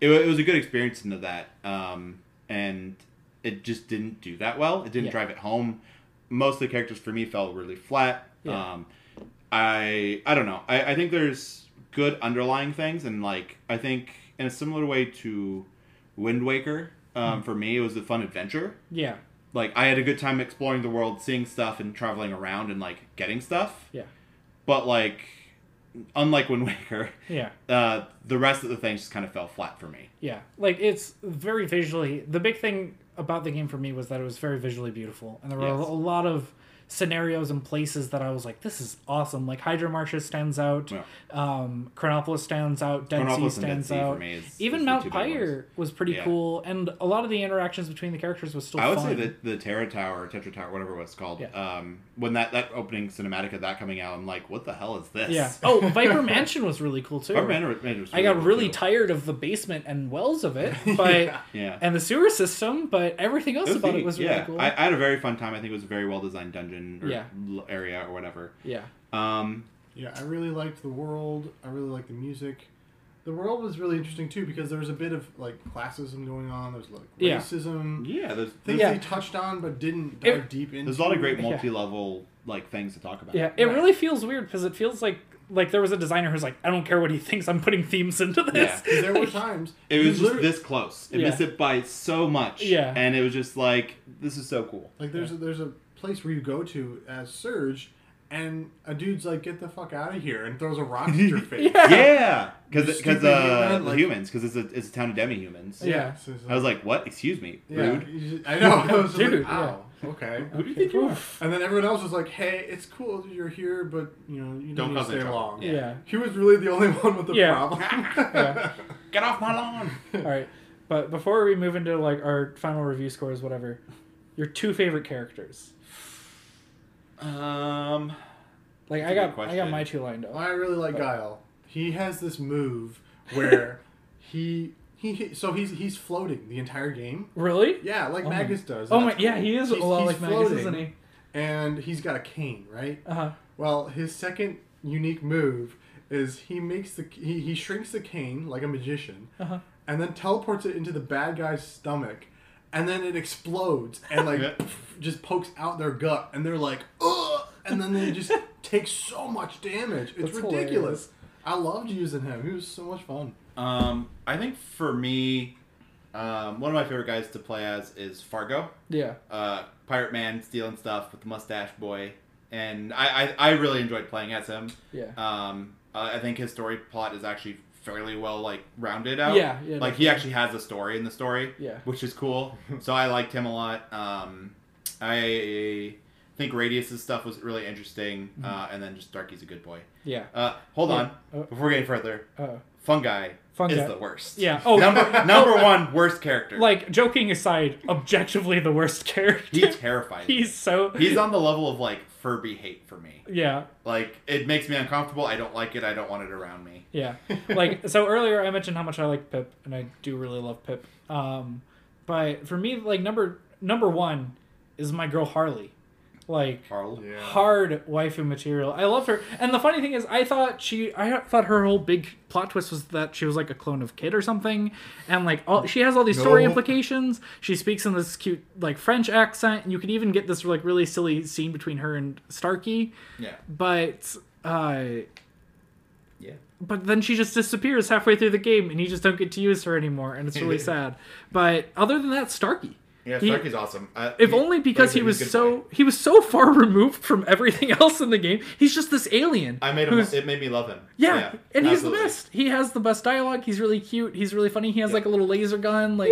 S2: it, wa- it was a good experience into that, um, and it just didn't do that well. It didn't
S1: Yeah.
S2: drive it home. Most of the characters for me fell really flat.
S1: Yeah.
S2: Um, I I don't know. I, I think there's good underlying things, and like I think in a similar way to Wind Waker,
S1: Hmm.
S2: um, for me it was a fun adventure.
S1: Yeah,
S2: Like I had a good time exploring the world, seeing stuff, and traveling around, and like getting stuff.
S1: yeah,
S2: But like, unlike Wind Waker,
S1: yeah,
S2: uh, the rest of the things just kind of fell flat for me.
S1: yeah. Like it's very visually. The big thing about the game for me was that it was very visually beautiful, and there were
S2: Yes.
S1: a lot of scenarios and places that I was like, "This is awesome!" Like Hydra Marshes stands out,
S2: Yeah.
S1: um, Chronopolis stands out, Dead
S2: Chronopolis
S1: Sea
S2: and
S1: stands
S2: Dead Sea for
S1: out.
S2: me is-
S1: Even
S2: is the
S1: Mount
S2: two big ones.
S1: Pyre was pretty
S2: Yeah.
S1: cool, and a lot of the interactions between the characters was still.
S2: I would
S1: fun.
S2: say that the Terra Tower, Tetra Tower, whatever it was called,
S1: Yeah.
S2: um, when that, that opening cinematic of that coming out, I'm like, what the hell is this?
S1: Yeah. Oh, Viper Mansion was really cool too.
S2: Our banner- banner was
S1: I got
S2: cool,
S1: really
S2: too.
S1: tired of the basement and wells of it, but
S2: Yeah.
S1: and the sewer system, but everything else
S2: It was
S1: about
S2: neat,
S1: it was
S2: yeah.
S1: really cool.
S2: I, I had a very fun time. I think it was a very well designed dungeon or
S1: Yeah.
S2: l- area or whatever.
S1: yeah,
S2: Um,
S3: Yeah, I really liked the world. I really liked the music. The world was really interesting too because there was a bit of like classism going on. There was like
S1: Yeah.
S3: racism.
S2: yeah, there's,
S3: Things
S2: there's,
S1: Yeah.
S3: they touched on but didn't
S1: It-
S3: dive deep into.
S2: there's a lot of great multi level like things to talk about.
S1: yeah. It really feels weird because it feels like like there was a designer who's like, I don't care what he thinks, I'm putting themes into this.
S2: Yeah.
S3: There were times
S2: It
S3: you
S2: was just
S3: literally-
S2: this close. It
S1: Yeah.
S2: missed it by so much.
S1: Yeah.
S2: And it was just like, this is so cool.
S3: Like there's a, there's a place where you go to as Surge, and a dude's like, "Get the fuck out of here!" and throws a rock at your face.
S1: Yeah.
S2: Yeah.
S3: You
S2: Because
S3: stupid
S2: uh,
S3: human,
S2: the
S3: like-
S2: humans, because it's a, it's a town of demi-humans.
S1: Yeah.
S3: so it's
S2: I was like, what? Excuse me.
S3: yeah,
S2: Rude.
S3: you just- I know. I was just
S1: Dude,
S3: like, "Wow, okay."
S2: Who do you think you are?
S3: And then everyone else was like, "Hey, it's cool that you're here, but you know you
S2: Don't
S3: don't need to
S2: cause any
S3: stay
S2: trouble."
S3: long."
S1: Yeah.
S3: He was really the only one with the
S1: Yeah.
S3: problem.
S1: Yeah.
S2: Get off my lawn.
S1: All right. But before we move into like our final review scores, whatever, your two favorite characters.
S2: Um,
S1: Like
S2: That's
S1: I got I
S2: a good
S1: got
S2: question.
S1: my two lined up.
S3: I really like Guile. He has this move where he he he- so he's he's floating the entire game.
S1: Really?
S3: Yeah, like
S1: Oh my-
S3: Magus does.
S1: Oh
S3: and
S1: my!
S3: that's
S1: Yeah,
S3: cool.
S1: he is
S3: He's-
S1: a lot
S3: he's
S1: like Magus, isn't
S3: floating,
S1: he?
S3: And he's got a cane, right?
S1: Uh huh.
S3: Well, his second unique move is he makes the he, he shrinks the cane like a magician,
S1: Uh-huh.
S3: and then teleports it into the bad guy's stomach, and then it explodes and like
S2: Yeah.
S3: just pokes out their gut, and they're like, ugh, and then they just take so much damage. It's
S1: That's
S3: ridiculous.
S1: hilarious.
S3: I loved using him. He was so much fun.
S2: um, I think for me, um, one of my favorite guys to play as is Fargo.
S1: Yeah.
S2: uh, pirate man stealing stuff with the mustache boy, and I, I, I really enjoyed playing as him.
S1: Yeah.
S2: Um, I I think his story plot is actually fairly well like rounded out.
S1: Yeah, yeah,
S2: Like he actually has a story in the story.
S1: Yeah.
S2: Which is cool. so I liked him a lot. Um, I think Radius's stuff was really interesting, uh, and then just Darky's a good boy.
S1: Yeah.
S2: Uh, hold
S1: Mm-hmm. Yeah. Oh.
S2: on, before getting further,
S1: Uh,
S2: fungi,
S1: Fungi.
S2: is the worst.
S1: Yeah. Oh.
S2: number number one worst character.
S1: like joking aside, objectively the worst character.
S2: he terrifies. me.
S1: He's so.
S2: He's on the level of like Furby hate for me.
S1: Yeah.
S2: Like it makes me uncomfortable. I don't like it. I don't want it around me.
S1: Yeah. Like so earlier I mentioned how much I like Pip and I do really love Pip. Um but for me like number number 1 is my girl Harley. Like
S2: Carl.
S3: Yeah.
S1: hard waifu material. I loved her. And the funny thing is I thought she I thought her whole big plot twist was that she was like a clone of Kid or something and like all she has all these story
S3: No.
S1: implications. She speaks in this cute like French accent and you can even get this like really silly scene between her and Starkey,
S2: Yeah.
S1: but uh
S2: Yeah.
S1: but then she just disappears halfway through the game and you just don't get to use her anymore and it's really sad but other than that starkey
S2: Yeah.
S1: He-
S2: Starkey's awesome. Uh,
S1: if
S2: he-
S1: only because
S2: like,
S1: he
S2: he's a
S1: was
S2: good
S1: so
S2: boy.
S1: he was so far removed from everything else in the game he's just this alien
S2: I made him.
S1: who's-
S2: It made me love him.
S1: yeah, and he's the
S2: absolutely.
S1: best he has the best dialogue he's really cute he's really funny he has like a little laser gun like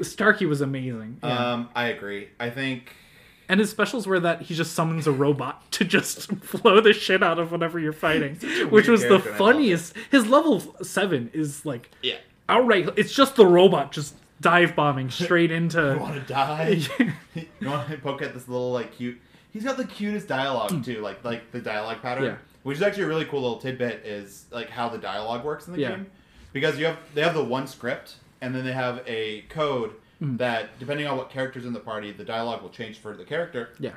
S1: starkey was amazing Yeah.
S2: Um, I agree. I think.
S1: and his specials were that he just summons a robot to just blow the shit out of whatever you're fighting which
S2: weird
S1: was the
S2: character, and I love it.
S1: funniest his level 7 is like
S2: Yeah.
S1: outright it's just the robot just dive bombing straight
S2: You
S1: into
S2: want to die? you want to poke at this little like cute. He's got the cutest dialogue too. Like like the dialogue pattern,
S1: Mm. Yeah.
S2: which is actually a really cool little tidbit. Is like how the dialogue works in the
S1: Yeah.
S2: game, because you have they have the one script and then they have a code
S1: Mm.
S2: that depending on what characters in the party, the dialogue will change for the character
S1: yeah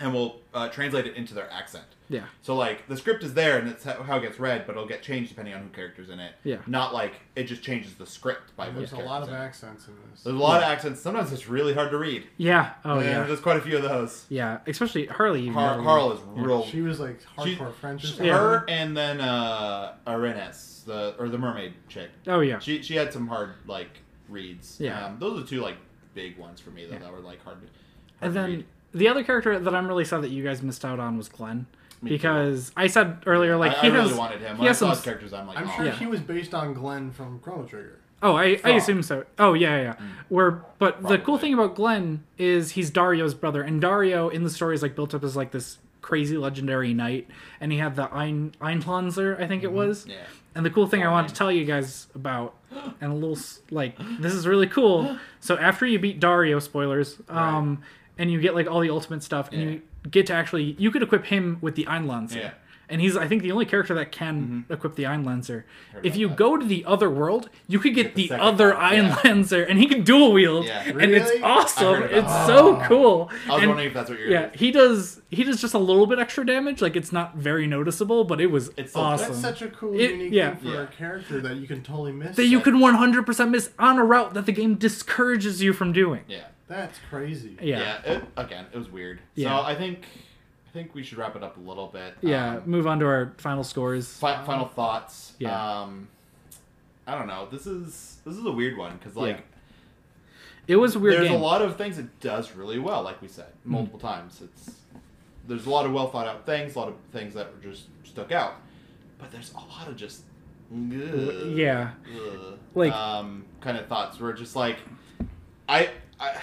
S2: and will uh, translate it into their accent.
S1: yeah
S2: So like the script is there and it's how how it gets read, but it'll get changed depending on who characters in it.
S1: Yeah.
S2: Not like it just changes the script by which
S3: There's a lot of
S2: characters in it.
S3: accents in this.
S2: There's a lot of accents. Sometimes it's really hard to read.
S1: yeah oh
S2: Yeah,
S1: yeah
S2: there's quite a few of those.
S1: yeah especially harley even
S2: Har-
S1: though-
S2: Harl is real.
S3: She was like
S2: She-
S3: hardcore French. or
S2: she-
S3: something.
S2: Her and then uh, Arenas, the or the mermaid chick.
S1: oh yeah
S2: She she had some hard like reads.
S1: Yeah.
S2: um, those are two like big ones for me though
S1: Yeah.
S2: that were like hard. to hard
S1: and
S2: to
S1: then
S2: read.
S1: the other character that i'm really sad that you guys missed out on was glenn
S2: Me too.
S1: because i said earlier like
S2: I,
S1: he
S2: I really
S1: has
S2: wanted him.
S1: he
S2: When I
S1: has
S2: saw
S1: some
S2: his characters, I'm like,
S3: I'm
S2: oh.
S3: sure
S1: Yeah.
S3: he was based on Glenn from Chrono Trigger.
S1: Oh, I, I
S2: Frog.
S1: assume so. Oh yeah, yeah. Where, but the cool
S2: Mm. Probably.
S1: thing about Glenn is he's Dario's brother, and Dario in the story is like built up as like this crazy legendary knight, and he had the Ein Einhlanzer, I think it was.
S2: Mm-hmm. Yeah.
S1: And the cool thing I
S2: Oh,
S1: wanted to tell you guys about, and a little s- like this is really cool. So after you beat Dario, spoilers, um, and you get like all the ultimate stuff, and
S2: Yeah.
S1: you get to actually you could equip him with the Einlanzer.
S2: Yeah. Mm-hmm.
S1: And he's, I think, the only character that can equip the Einlanzer. If
S2: about
S1: you
S2: that.
S1: go to the other world, you could get,
S2: the
S1: the
S2: second
S1: other
S2: one,
S1: Iron
S2: yeah.
S1: Lancer, and he can dual wield,
S2: Yeah.
S1: and it's
S3: Really?
S2: I
S1: awesome.
S2: heard about
S1: It's
S2: that.
S1: so cool.
S2: I was
S1: And,
S2: wondering if that's what you're.
S1: yeah, he does. He does just a little bit extra damage. Like it's not very noticeable, but it was
S2: It's so-
S1: awesome.
S3: That's such a cool,
S1: It-
S3: unique
S1: yeah.
S3: thing for
S2: Yeah.
S3: a character that you can totally miss.
S1: that you can 100% miss on a route that the game discourages you from doing.
S2: Yeah.
S3: That's crazy.
S1: Yeah. Yeah.
S2: yeah it, again it was weird
S1: Yeah.
S2: so i think i think we should wrap it up a little bit um,
S1: move on to our final scores.
S2: fi- final thoughts
S1: Yeah.
S2: um i don't know this is this is a weird one because like
S1: Yeah. It was a weird
S2: there's
S1: game. Hmm.
S2: a lot of things it does really well like we said multiple times it's there's a lot of well thought out things a lot of things that were just stuck out but there's a lot of just ugh,
S1: yeah.
S2: ugh,
S1: Like-
S2: um kind of thoughts where just like i i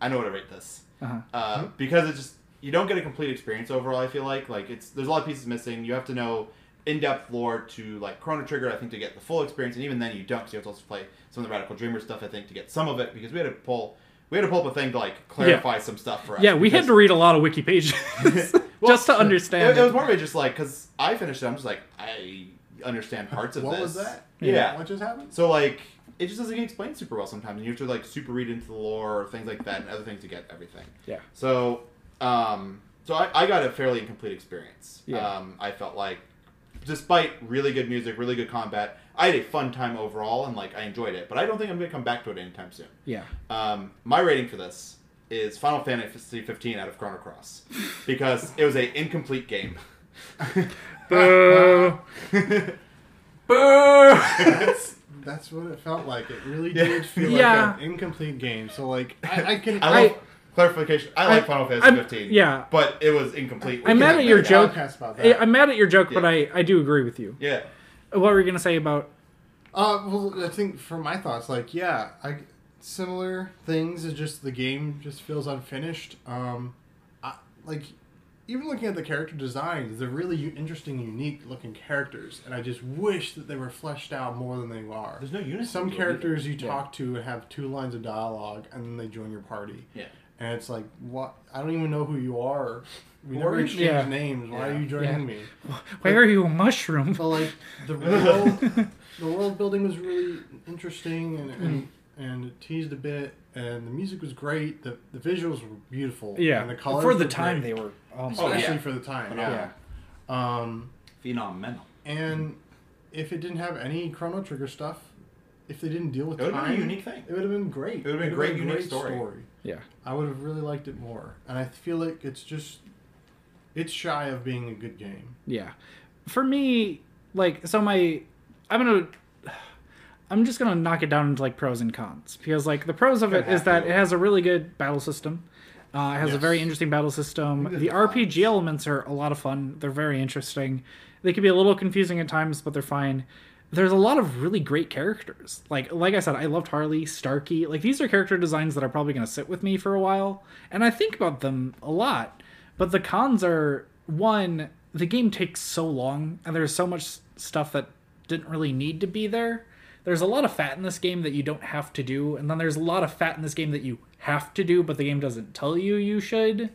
S2: i know what to rate this
S1: Uh-huh.
S2: uh, because it just you don't get a complete experience overall. I feel like like it's there's a lot of pieces missing. You have to know in-depth lore to like Chrono Trigger, I think, to get the full experience, and even then you don't. 'cause you have to also play some of the Radical Dreamer stuff, I think, to get some of it because we had to pull we had to pull up a thing to like clarify some stuff for us.
S1: Yeah, we had
S2: because-
S1: to read a lot of wiki pages just to understand.
S2: It, it
S1: it.
S2: was more of a just like because I finished it, I'm just like I understand parts of
S3: What
S2: this.
S3: was that?
S2: Yeah.
S3: What just happened?
S2: So like it just doesn't get explained super well sometimes, and you have to like super read into the lore or things like that and other things to get everything.
S1: Yeah.
S2: So, um, so I, I got a fairly incomplete experience.
S1: Yeah.
S2: Um, I felt like, despite really good music, really good combat, I had a fun time overall, and like I enjoyed it. But I don't think I'm gonna come back to it anytime soon.
S1: Yeah.
S2: Um, my rating for this is Final Fantasy 15 out of Chrono Cross because it was a incomplete game.
S1: Boo.
S3: That's that's what it felt like. It really did feel
S1: Yeah.
S3: like an incomplete game. So like I, I can
S2: I
S1: I-
S2: love clarification. I like
S1: I-
S2: Final Fantasy
S1: I'm-
S2: 15.
S1: yeah.
S2: but it was incomplete. We
S1: I'm
S2: can
S1: mad
S2: admit
S1: at your
S2: that.
S1: joke.
S3: podcast about
S1: I-
S3: that.
S1: I'm mad at your joke, but
S2: Yeah.
S1: I, I do agree with you.
S2: Yeah,
S1: What were you gonna say about?
S3: Uh, well, I think for my thoughts, like yeah, I similar things. Is just the game just feels unfinished. Um, I, like even looking at the character designs, they're really u- interesting, unique looking characters, and I just wish that they were fleshed out more than they are.
S2: There's no unity
S3: Some
S2: to it
S3: characters you talk to and have two lines of dialogue, and then they join your party.
S2: yeah.
S3: And it's like, what? I don't even know who you are. We
S2: Or
S3: never
S2: you-
S3: exchanged
S1: Yeah.
S3: names. Why
S2: Yeah.
S3: are you joining
S1: Yeah.
S3: me?
S1: Why are you a mushroom?
S3: But like the world, the world building was really interesting and,
S1: Mm.
S3: and and it teased a bit, and the music was great. The the visuals were beautiful.
S1: Yeah.
S3: and the colors
S1: For
S3: were
S1: the time
S3: great,
S1: they were. Oh my.
S2: Oh, yeah.
S3: especially for the time. Yeah.
S2: Phenomenal.
S3: Um,
S2: Phenomenal.
S3: and if it didn't have any Chrono Trigger stuff, if they didn't deal with
S2: It would have
S3: time,
S2: been a unique thing.
S3: It would have been great.
S2: It would've been a
S3: would've
S2: great, unique story.
S1: Yeah.
S3: I would have really liked it more, and I feel like it's just it's shy of being a good game.
S1: Yeah. For me, like, so my, I'm gonna, I'm just gonna knock it down into like pros and cons because like the pros of it
S2: Gonna
S1: is
S2: have
S1: that
S2: to.
S1: it has a really good battle system. Uh, it has a very
S3: Yes.
S1: interesting battle system.
S2: Maybe
S1: The
S2: there's a
S1: RPG elements are a lot of fun. They're very interesting. They can be a little confusing at times, but they're fine. There's a lot of really great characters. Like like I said, I loved Harley, Starkey. Like these are character designs that are probably going to sit with me for a while, and I think about them a lot. But the cons are one, the game takes so long, and there's so much stuff that didn't really need to be there. There's a lot of fat in this game that you don't have to do, and then there's a lot of fat in this game that you have to do, but the game doesn't tell you you should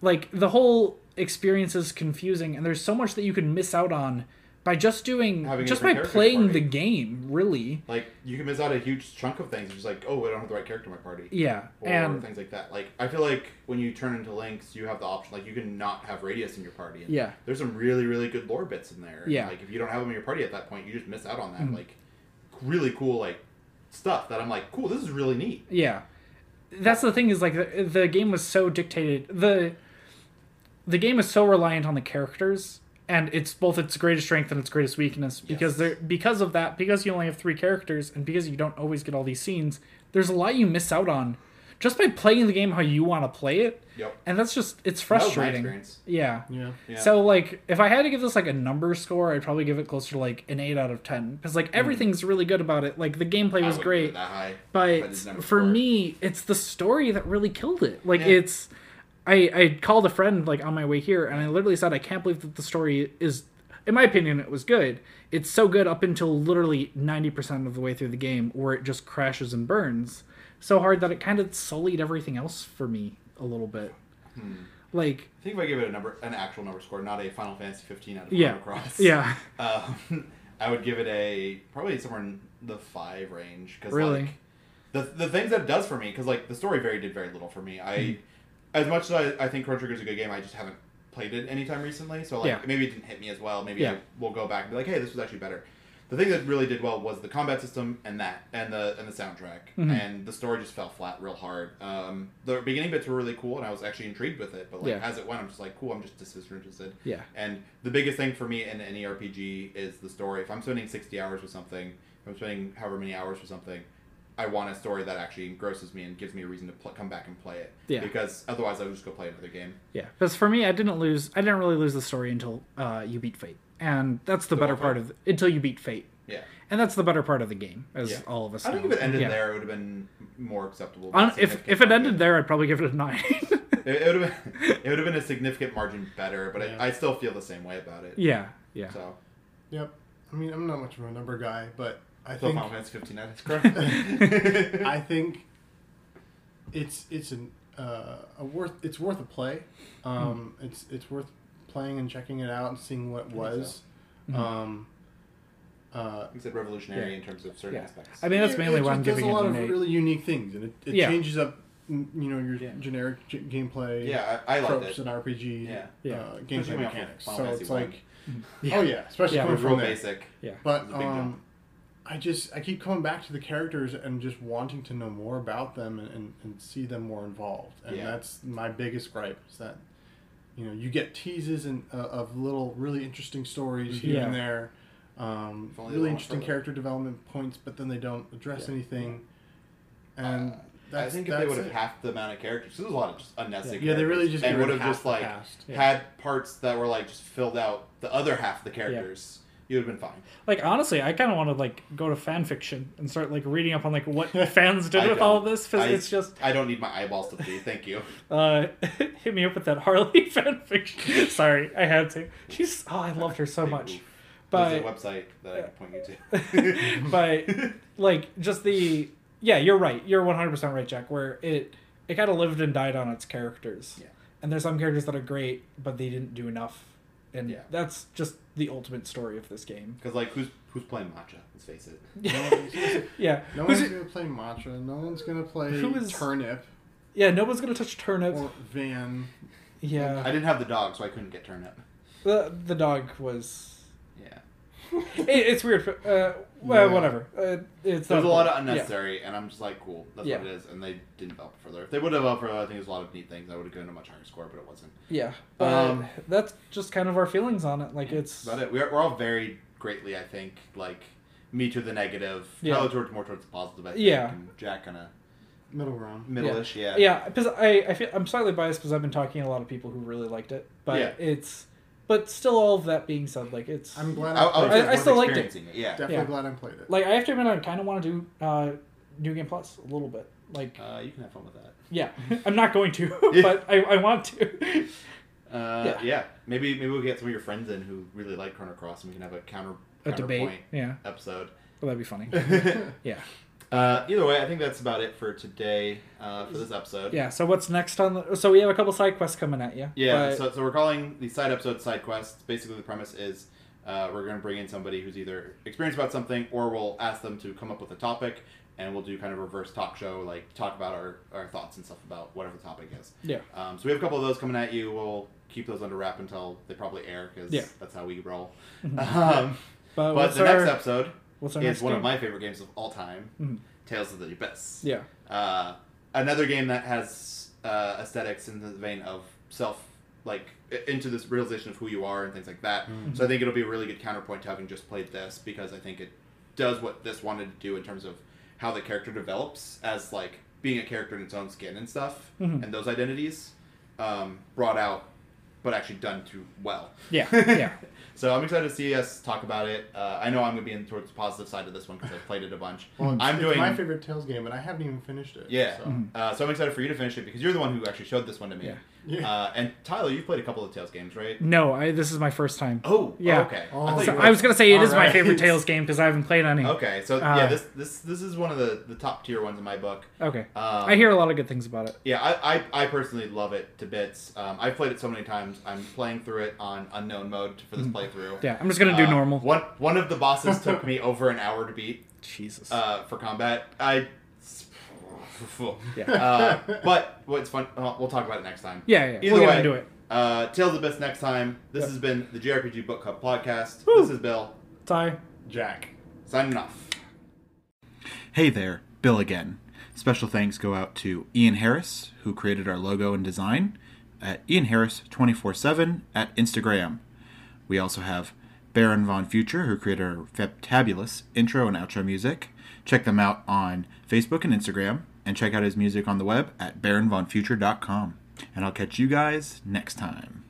S1: like the whole experience is confusing and there's so much that you can miss out on by just doing
S2: Having a
S1: just by
S2: different character
S1: playing
S2: party.
S1: the game really
S2: Like you can miss out a huge chunk of things. Just like, oh, I don't have the right character in my party.
S1: yeah
S2: or
S1: and
S2: things like that. Like I feel like when you turn into links, you have the option like you can not have radius in your party. And
S1: Yeah.
S2: there's some really really good lore bits in there. And,
S1: Yeah. Mm-hmm.
S2: like if you don't have them in your party at that point, you just miss out on that. Like really cool like stuff that I'm like, cool, this is really neat.
S1: yeah that's the thing is like the, the game was so dictated the the game is so reliant on the characters and it's both its greatest strength and its greatest weakness because
S2: Yes.
S1: they're because of that because you only have three characters and because you don't always get all these scenes there's a lot you miss out on just by playing the game how you want to play it
S2: Yep.
S1: and that's just it's
S2: That was my
S1: frustrating
S2: experience.
S1: yeah
S3: Yeah.
S2: Yeah.
S1: So like, if I had to give this like a number score, I'd probably give it closer to like an eight out of ten because like everything's really good about it. Like the gameplay
S2: Hmm. I
S1: was
S2: wouldn't give it
S1: great,
S2: That high.
S1: but
S2: didn't have a
S1: for
S2: score.
S1: me, it's the story that really killed it. Like
S2: Yeah.
S1: it's, I I called a friend like on my way here, and I literally said I can't believe that the story is, in my opinion, it was good. It's so good up until literally ninety percent of the way through the game where it just crashes and burns so hard that it kind of sullied everything else for me a little bit.
S2: Hmm.
S1: Like
S2: I think if I give it a number, an actual number score, not a Final Fantasy 15 out of
S1: yeah,
S2: Chrono Cross.
S1: yeah.
S2: Um, I would give it a probably somewhere in the five range because
S1: Really?
S2: like the the things that it does for me because like the story very did very little for me. I
S1: Hmm.
S2: as much as I, I think Chrono Trigger is a good game, I just haven't played it anytime recently. So like
S1: Yeah.
S2: maybe it didn't hit me as well. Maybe
S1: Yeah.
S2: I will go back and be like, hey, this was actually better. The thing that really did well was the combat system and that and the and the soundtrack
S1: Mm-hmm.
S2: and the story just fell flat real hard. Um, the beginning bits were really cool and I was actually intrigued with it, but like
S1: Yeah.
S2: as it went, I'm just like, cool, I'm just disinterested.
S1: Yeah.
S2: And the biggest thing for me in any RPG is the story. If I'm spending 60 hours with something, if I'm spending however many hours with something, I want a story that actually engrosses me and gives me a reason to pl- come back and play it.
S1: Yeah.
S2: Because otherwise, I would just go play another game.
S1: Yeah, because for me, I didn't lose. I didn't really lose the story until uh, you beat Fate, and that's the better
S2: what
S1: part
S2: part?
S1: of the, until you beat Fate,
S2: Yeah.
S1: and that's the better part of the game, as
S2: Yeah.
S1: all of us.
S2: I think
S1: know.
S2: if it ended
S1: Yeah.
S2: there, it would have been more acceptable.
S1: On, if
S2: but
S1: if
S2: significantly
S1: it ended
S2: good.
S1: there, I'd probably give it a nine.
S2: It, it would have been, it would have been a significant margin better, but
S3: Yeah.
S2: I, I still feel the same way about it.
S1: Yeah, yeah.
S2: So,
S3: Yep. I mean, I'm not much of a number guy, but I
S2: so
S3: think
S2: Final Fantasy 15 out is correct.
S3: I think it's it's an uh, a worth it's worth a play. Um,
S1: Hmm.
S3: It's it's worth playing and checking it out and seeing what was.
S1: Mm-hmm.
S3: Um, uh,
S2: You said revolutionary
S1: Yeah.
S2: in terms of certain
S1: Yeah.
S2: aspects.
S1: I mean, that's
S3: it-
S1: mainly
S3: it
S1: why
S3: just
S1: I'm
S3: does
S1: giving
S3: a
S1: it
S3: lot
S1: an
S3: of
S1: eight.
S3: really unique things, and it, it
S1: Yeah.
S3: changes up n- you know your
S1: Yeah.
S3: generic g- gameplay
S2: yeah, I, I liked
S3: tropes
S2: it.
S3: and RPG
S2: Yeah.
S1: Yeah.
S3: Uh,
S2: Especially
S3: gameplay
S2: when I
S3: mechanics.
S2: Final
S3: So
S2: Fantasy
S3: it's
S2: one.
S3: like,
S1: Yeah.
S3: oh yeah, especially
S1: Yeah.
S2: It
S3: coming
S2: was
S3: from
S2: real
S3: there.
S2: basic.
S1: yeah.
S2: It
S3: But
S2: was a big jump.
S3: um, I just I keep coming back to the characters and just wanting to know more about them and, and, and see them more involved. And
S2: Yeah.
S3: that's my biggest gripe is that you know you get teases and uh, of little really interesting stories here and
S1: Mm-hmm. Yeah.
S3: there, um,
S2: If only they
S3: really
S2: went
S3: interesting
S2: further.
S3: character development points, but then they don't address
S1: Yeah.
S3: anything. And
S2: Uh, I
S3: that's,
S2: think if they would have
S3: it.
S2: half the amount of characters, there's a lot of just unnecessary.
S3: yeah, they really
S2: characters,
S3: just
S2: and
S3: would
S2: would have just like
S3: cast.
S1: Yeah.
S2: had parts that were like just filled out the other half of the characters. You would have been fine.
S1: Like honestly, I kind of want to like go to fan fiction and start like reading up on like what fans
S2: I
S1: did with
S2: don't.
S1: all of this because
S2: I-
S1: it's just
S2: I don't need my eyeballs to bleed. Thank you.
S1: uh, hit me up with that Harley fan fiction. Sorry, I had to. She's oh, I loved her so
S2: Big
S1: much,
S2: oof.
S1: but
S2: There's a website that I can point you to.
S1: but like just the yeah you're right you're 100% right jack where it it kind of lived and died on its characters
S2: Yeah.
S1: and there's some characters that are great but they didn't do enough and
S2: Yeah.
S1: that's just the ultimate story of this game
S2: Because like, who's who's playing matcha? Let's face it.
S1: yeah
S3: No
S1: Who's
S3: one's
S1: it-
S3: gonna play Mantra. No one's gonna play
S1: Who is-
S3: Turnip
S1: yeah no one's gonna touch turnip
S3: or Van.
S1: yeah
S2: I didn't have the dog, so I couldn't get turnip.
S1: the, the dog was
S2: Yeah.
S1: it, it's weird but, uh well,
S3: Yeah.
S1: whatever uh, it's not
S2: There's a lot of
S1: important. Yeah.
S2: unnecessary, and I'm just like, cool, that's
S1: Yeah.
S2: what it is. And they didn't develop it further. If they would have developed further, I think there's a lot of neat things. I would have given a much higher score, but it wasn't.
S1: yeah but
S2: Um,
S1: that's just kind of our feelings on it like it's
S2: That's about it. We're, we're all varied greatly, I think. Like, me to the negative,
S1: Yeah.
S2: Tyler towards more towards the positive, I think.
S1: Yeah.
S2: And Jack kind of
S3: Middle ground.
S2: middle ish, yeah.
S1: yeah because I, I feel i'm slightly biased because i've been talking to a lot of people who really liked it but
S2: Yeah.
S1: it's but still all of that being said like it's
S3: I'm glad
S2: I, I,
S3: played
S1: I-
S2: was just
S1: I
S2: worth
S1: still liked it.
S2: experiencing it. Yeah.
S3: Definitely
S1: Yeah.
S3: glad I played it.
S1: like i have to admit i kind of want to do uh new game plus a little bit like
S2: Uh, you can have fun with that.
S1: yeah i'm not going to
S2: Yeah.
S1: but I, I want to
S2: Uh,
S1: Yeah.
S2: yeah. Maybe maybe we'll get some of your friends in who really like Chrono Cross, and we can have a counter
S1: a debate
S2: counterpoint
S1: yeah
S2: episode.
S1: well that'd be funny yeah
S2: Uh, either way, I think that's about it for today uh, for this episode.
S1: yeah so what's next on the so we have a couple side quests coming at you
S2: Yeah,
S1: but,
S2: so, so we're calling the side episodes side quests. Basically, the premise is uh, we're going to bring in somebody who's either experienced about something or we'll ask them to come up with a topic and we'll do kind of reverse talk show, like talk about our, our thoughts and stuff about whatever the topic is.
S1: yeah
S2: Um, so we have a couple of those coming at you. We'll keep those under wrap until they probably air because
S1: Yeah.
S2: that's how we roll. um,
S1: but,
S2: but
S1: what's
S2: the
S1: our
S2: next episode
S1: what's our
S2: is
S1: next
S2: one of
S1: game?
S2: my favorite games of all time
S1: Mhm.
S2: Tales of the Abyss
S1: yeah
S2: uh, another game that has uh, aesthetics in the vein of self like i- into this realization of who you are and things like that
S1: Mm-hmm.
S2: so i think it'll be a really good counterpoint to having just played this because i think it does what this wanted to do in terms of how the character develops as like being a character in its own skin and stuff
S1: Mhm.
S2: and those identities um, brought out but actually done too well
S1: yeah yeah
S2: so i'm excited to see us talk about it uh, i know i'm going to be in towards the positive side of this one because i've played it a bunch
S3: Well, it's,
S2: i'm
S3: it's
S2: doing
S3: my favorite Tales game, and I haven't even finished it.
S2: yeah.
S3: So.
S2: Uh, so I'm excited for you to finish it because you're the one who actually showed this one to me.
S1: Yeah.
S3: Yeah.
S2: Uh, and Tyler, you've played a couple of Tales games, right?
S1: no i this is my first time
S2: Oh,
S1: Yeah.
S2: okay.
S3: Oh.
S2: thought you
S1: so
S2: were-
S1: i was gonna say it is my
S3: Alright.
S1: favorite tales game because i haven't played any
S2: Okay, so
S1: Uh,
S2: yeah, this this this is one of the, the top tier ones in my book.
S1: okay
S2: Um,
S1: I hear a lot of good things about it.
S2: Yeah, I, I, I personally love it to bits. Um, I've played it so many times. I'm playing through it on unknown mode for this playthrough.
S1: Mm. Yeah, I'm just gonna do
S2: Uh,
S1: normal.
S2: One one of the bosses took me over an hour to beat.
S1: Jesus.
S2: uh, for combat. I.
S1: Yeah.
S2: Uh, but what's fun? Uh, we'll talk about it next time.
S1: Yeah, yeah,
S2: Either
S1: we'll get
S2: way,
S1: into it.
S2: Uh, Tales of the Best next time. This
S1: Yep.
S2: has been the JRPG Book Club podcast.
S1: Woo.
S2: This is Bill
S1: Ty.
S3: Jack.
S2: signing off. Hey there, Bill again. Special thanks go out to Ian Harris, who created our logo and design, at Ian Harris 24 7 at Instagram. We also have Baron Von Future, who created our fabulous intro and outro music. Check them out on Facebook and Instagram, and check out his music on the web at baronvonfuture.com. And I'll catch you guys next time.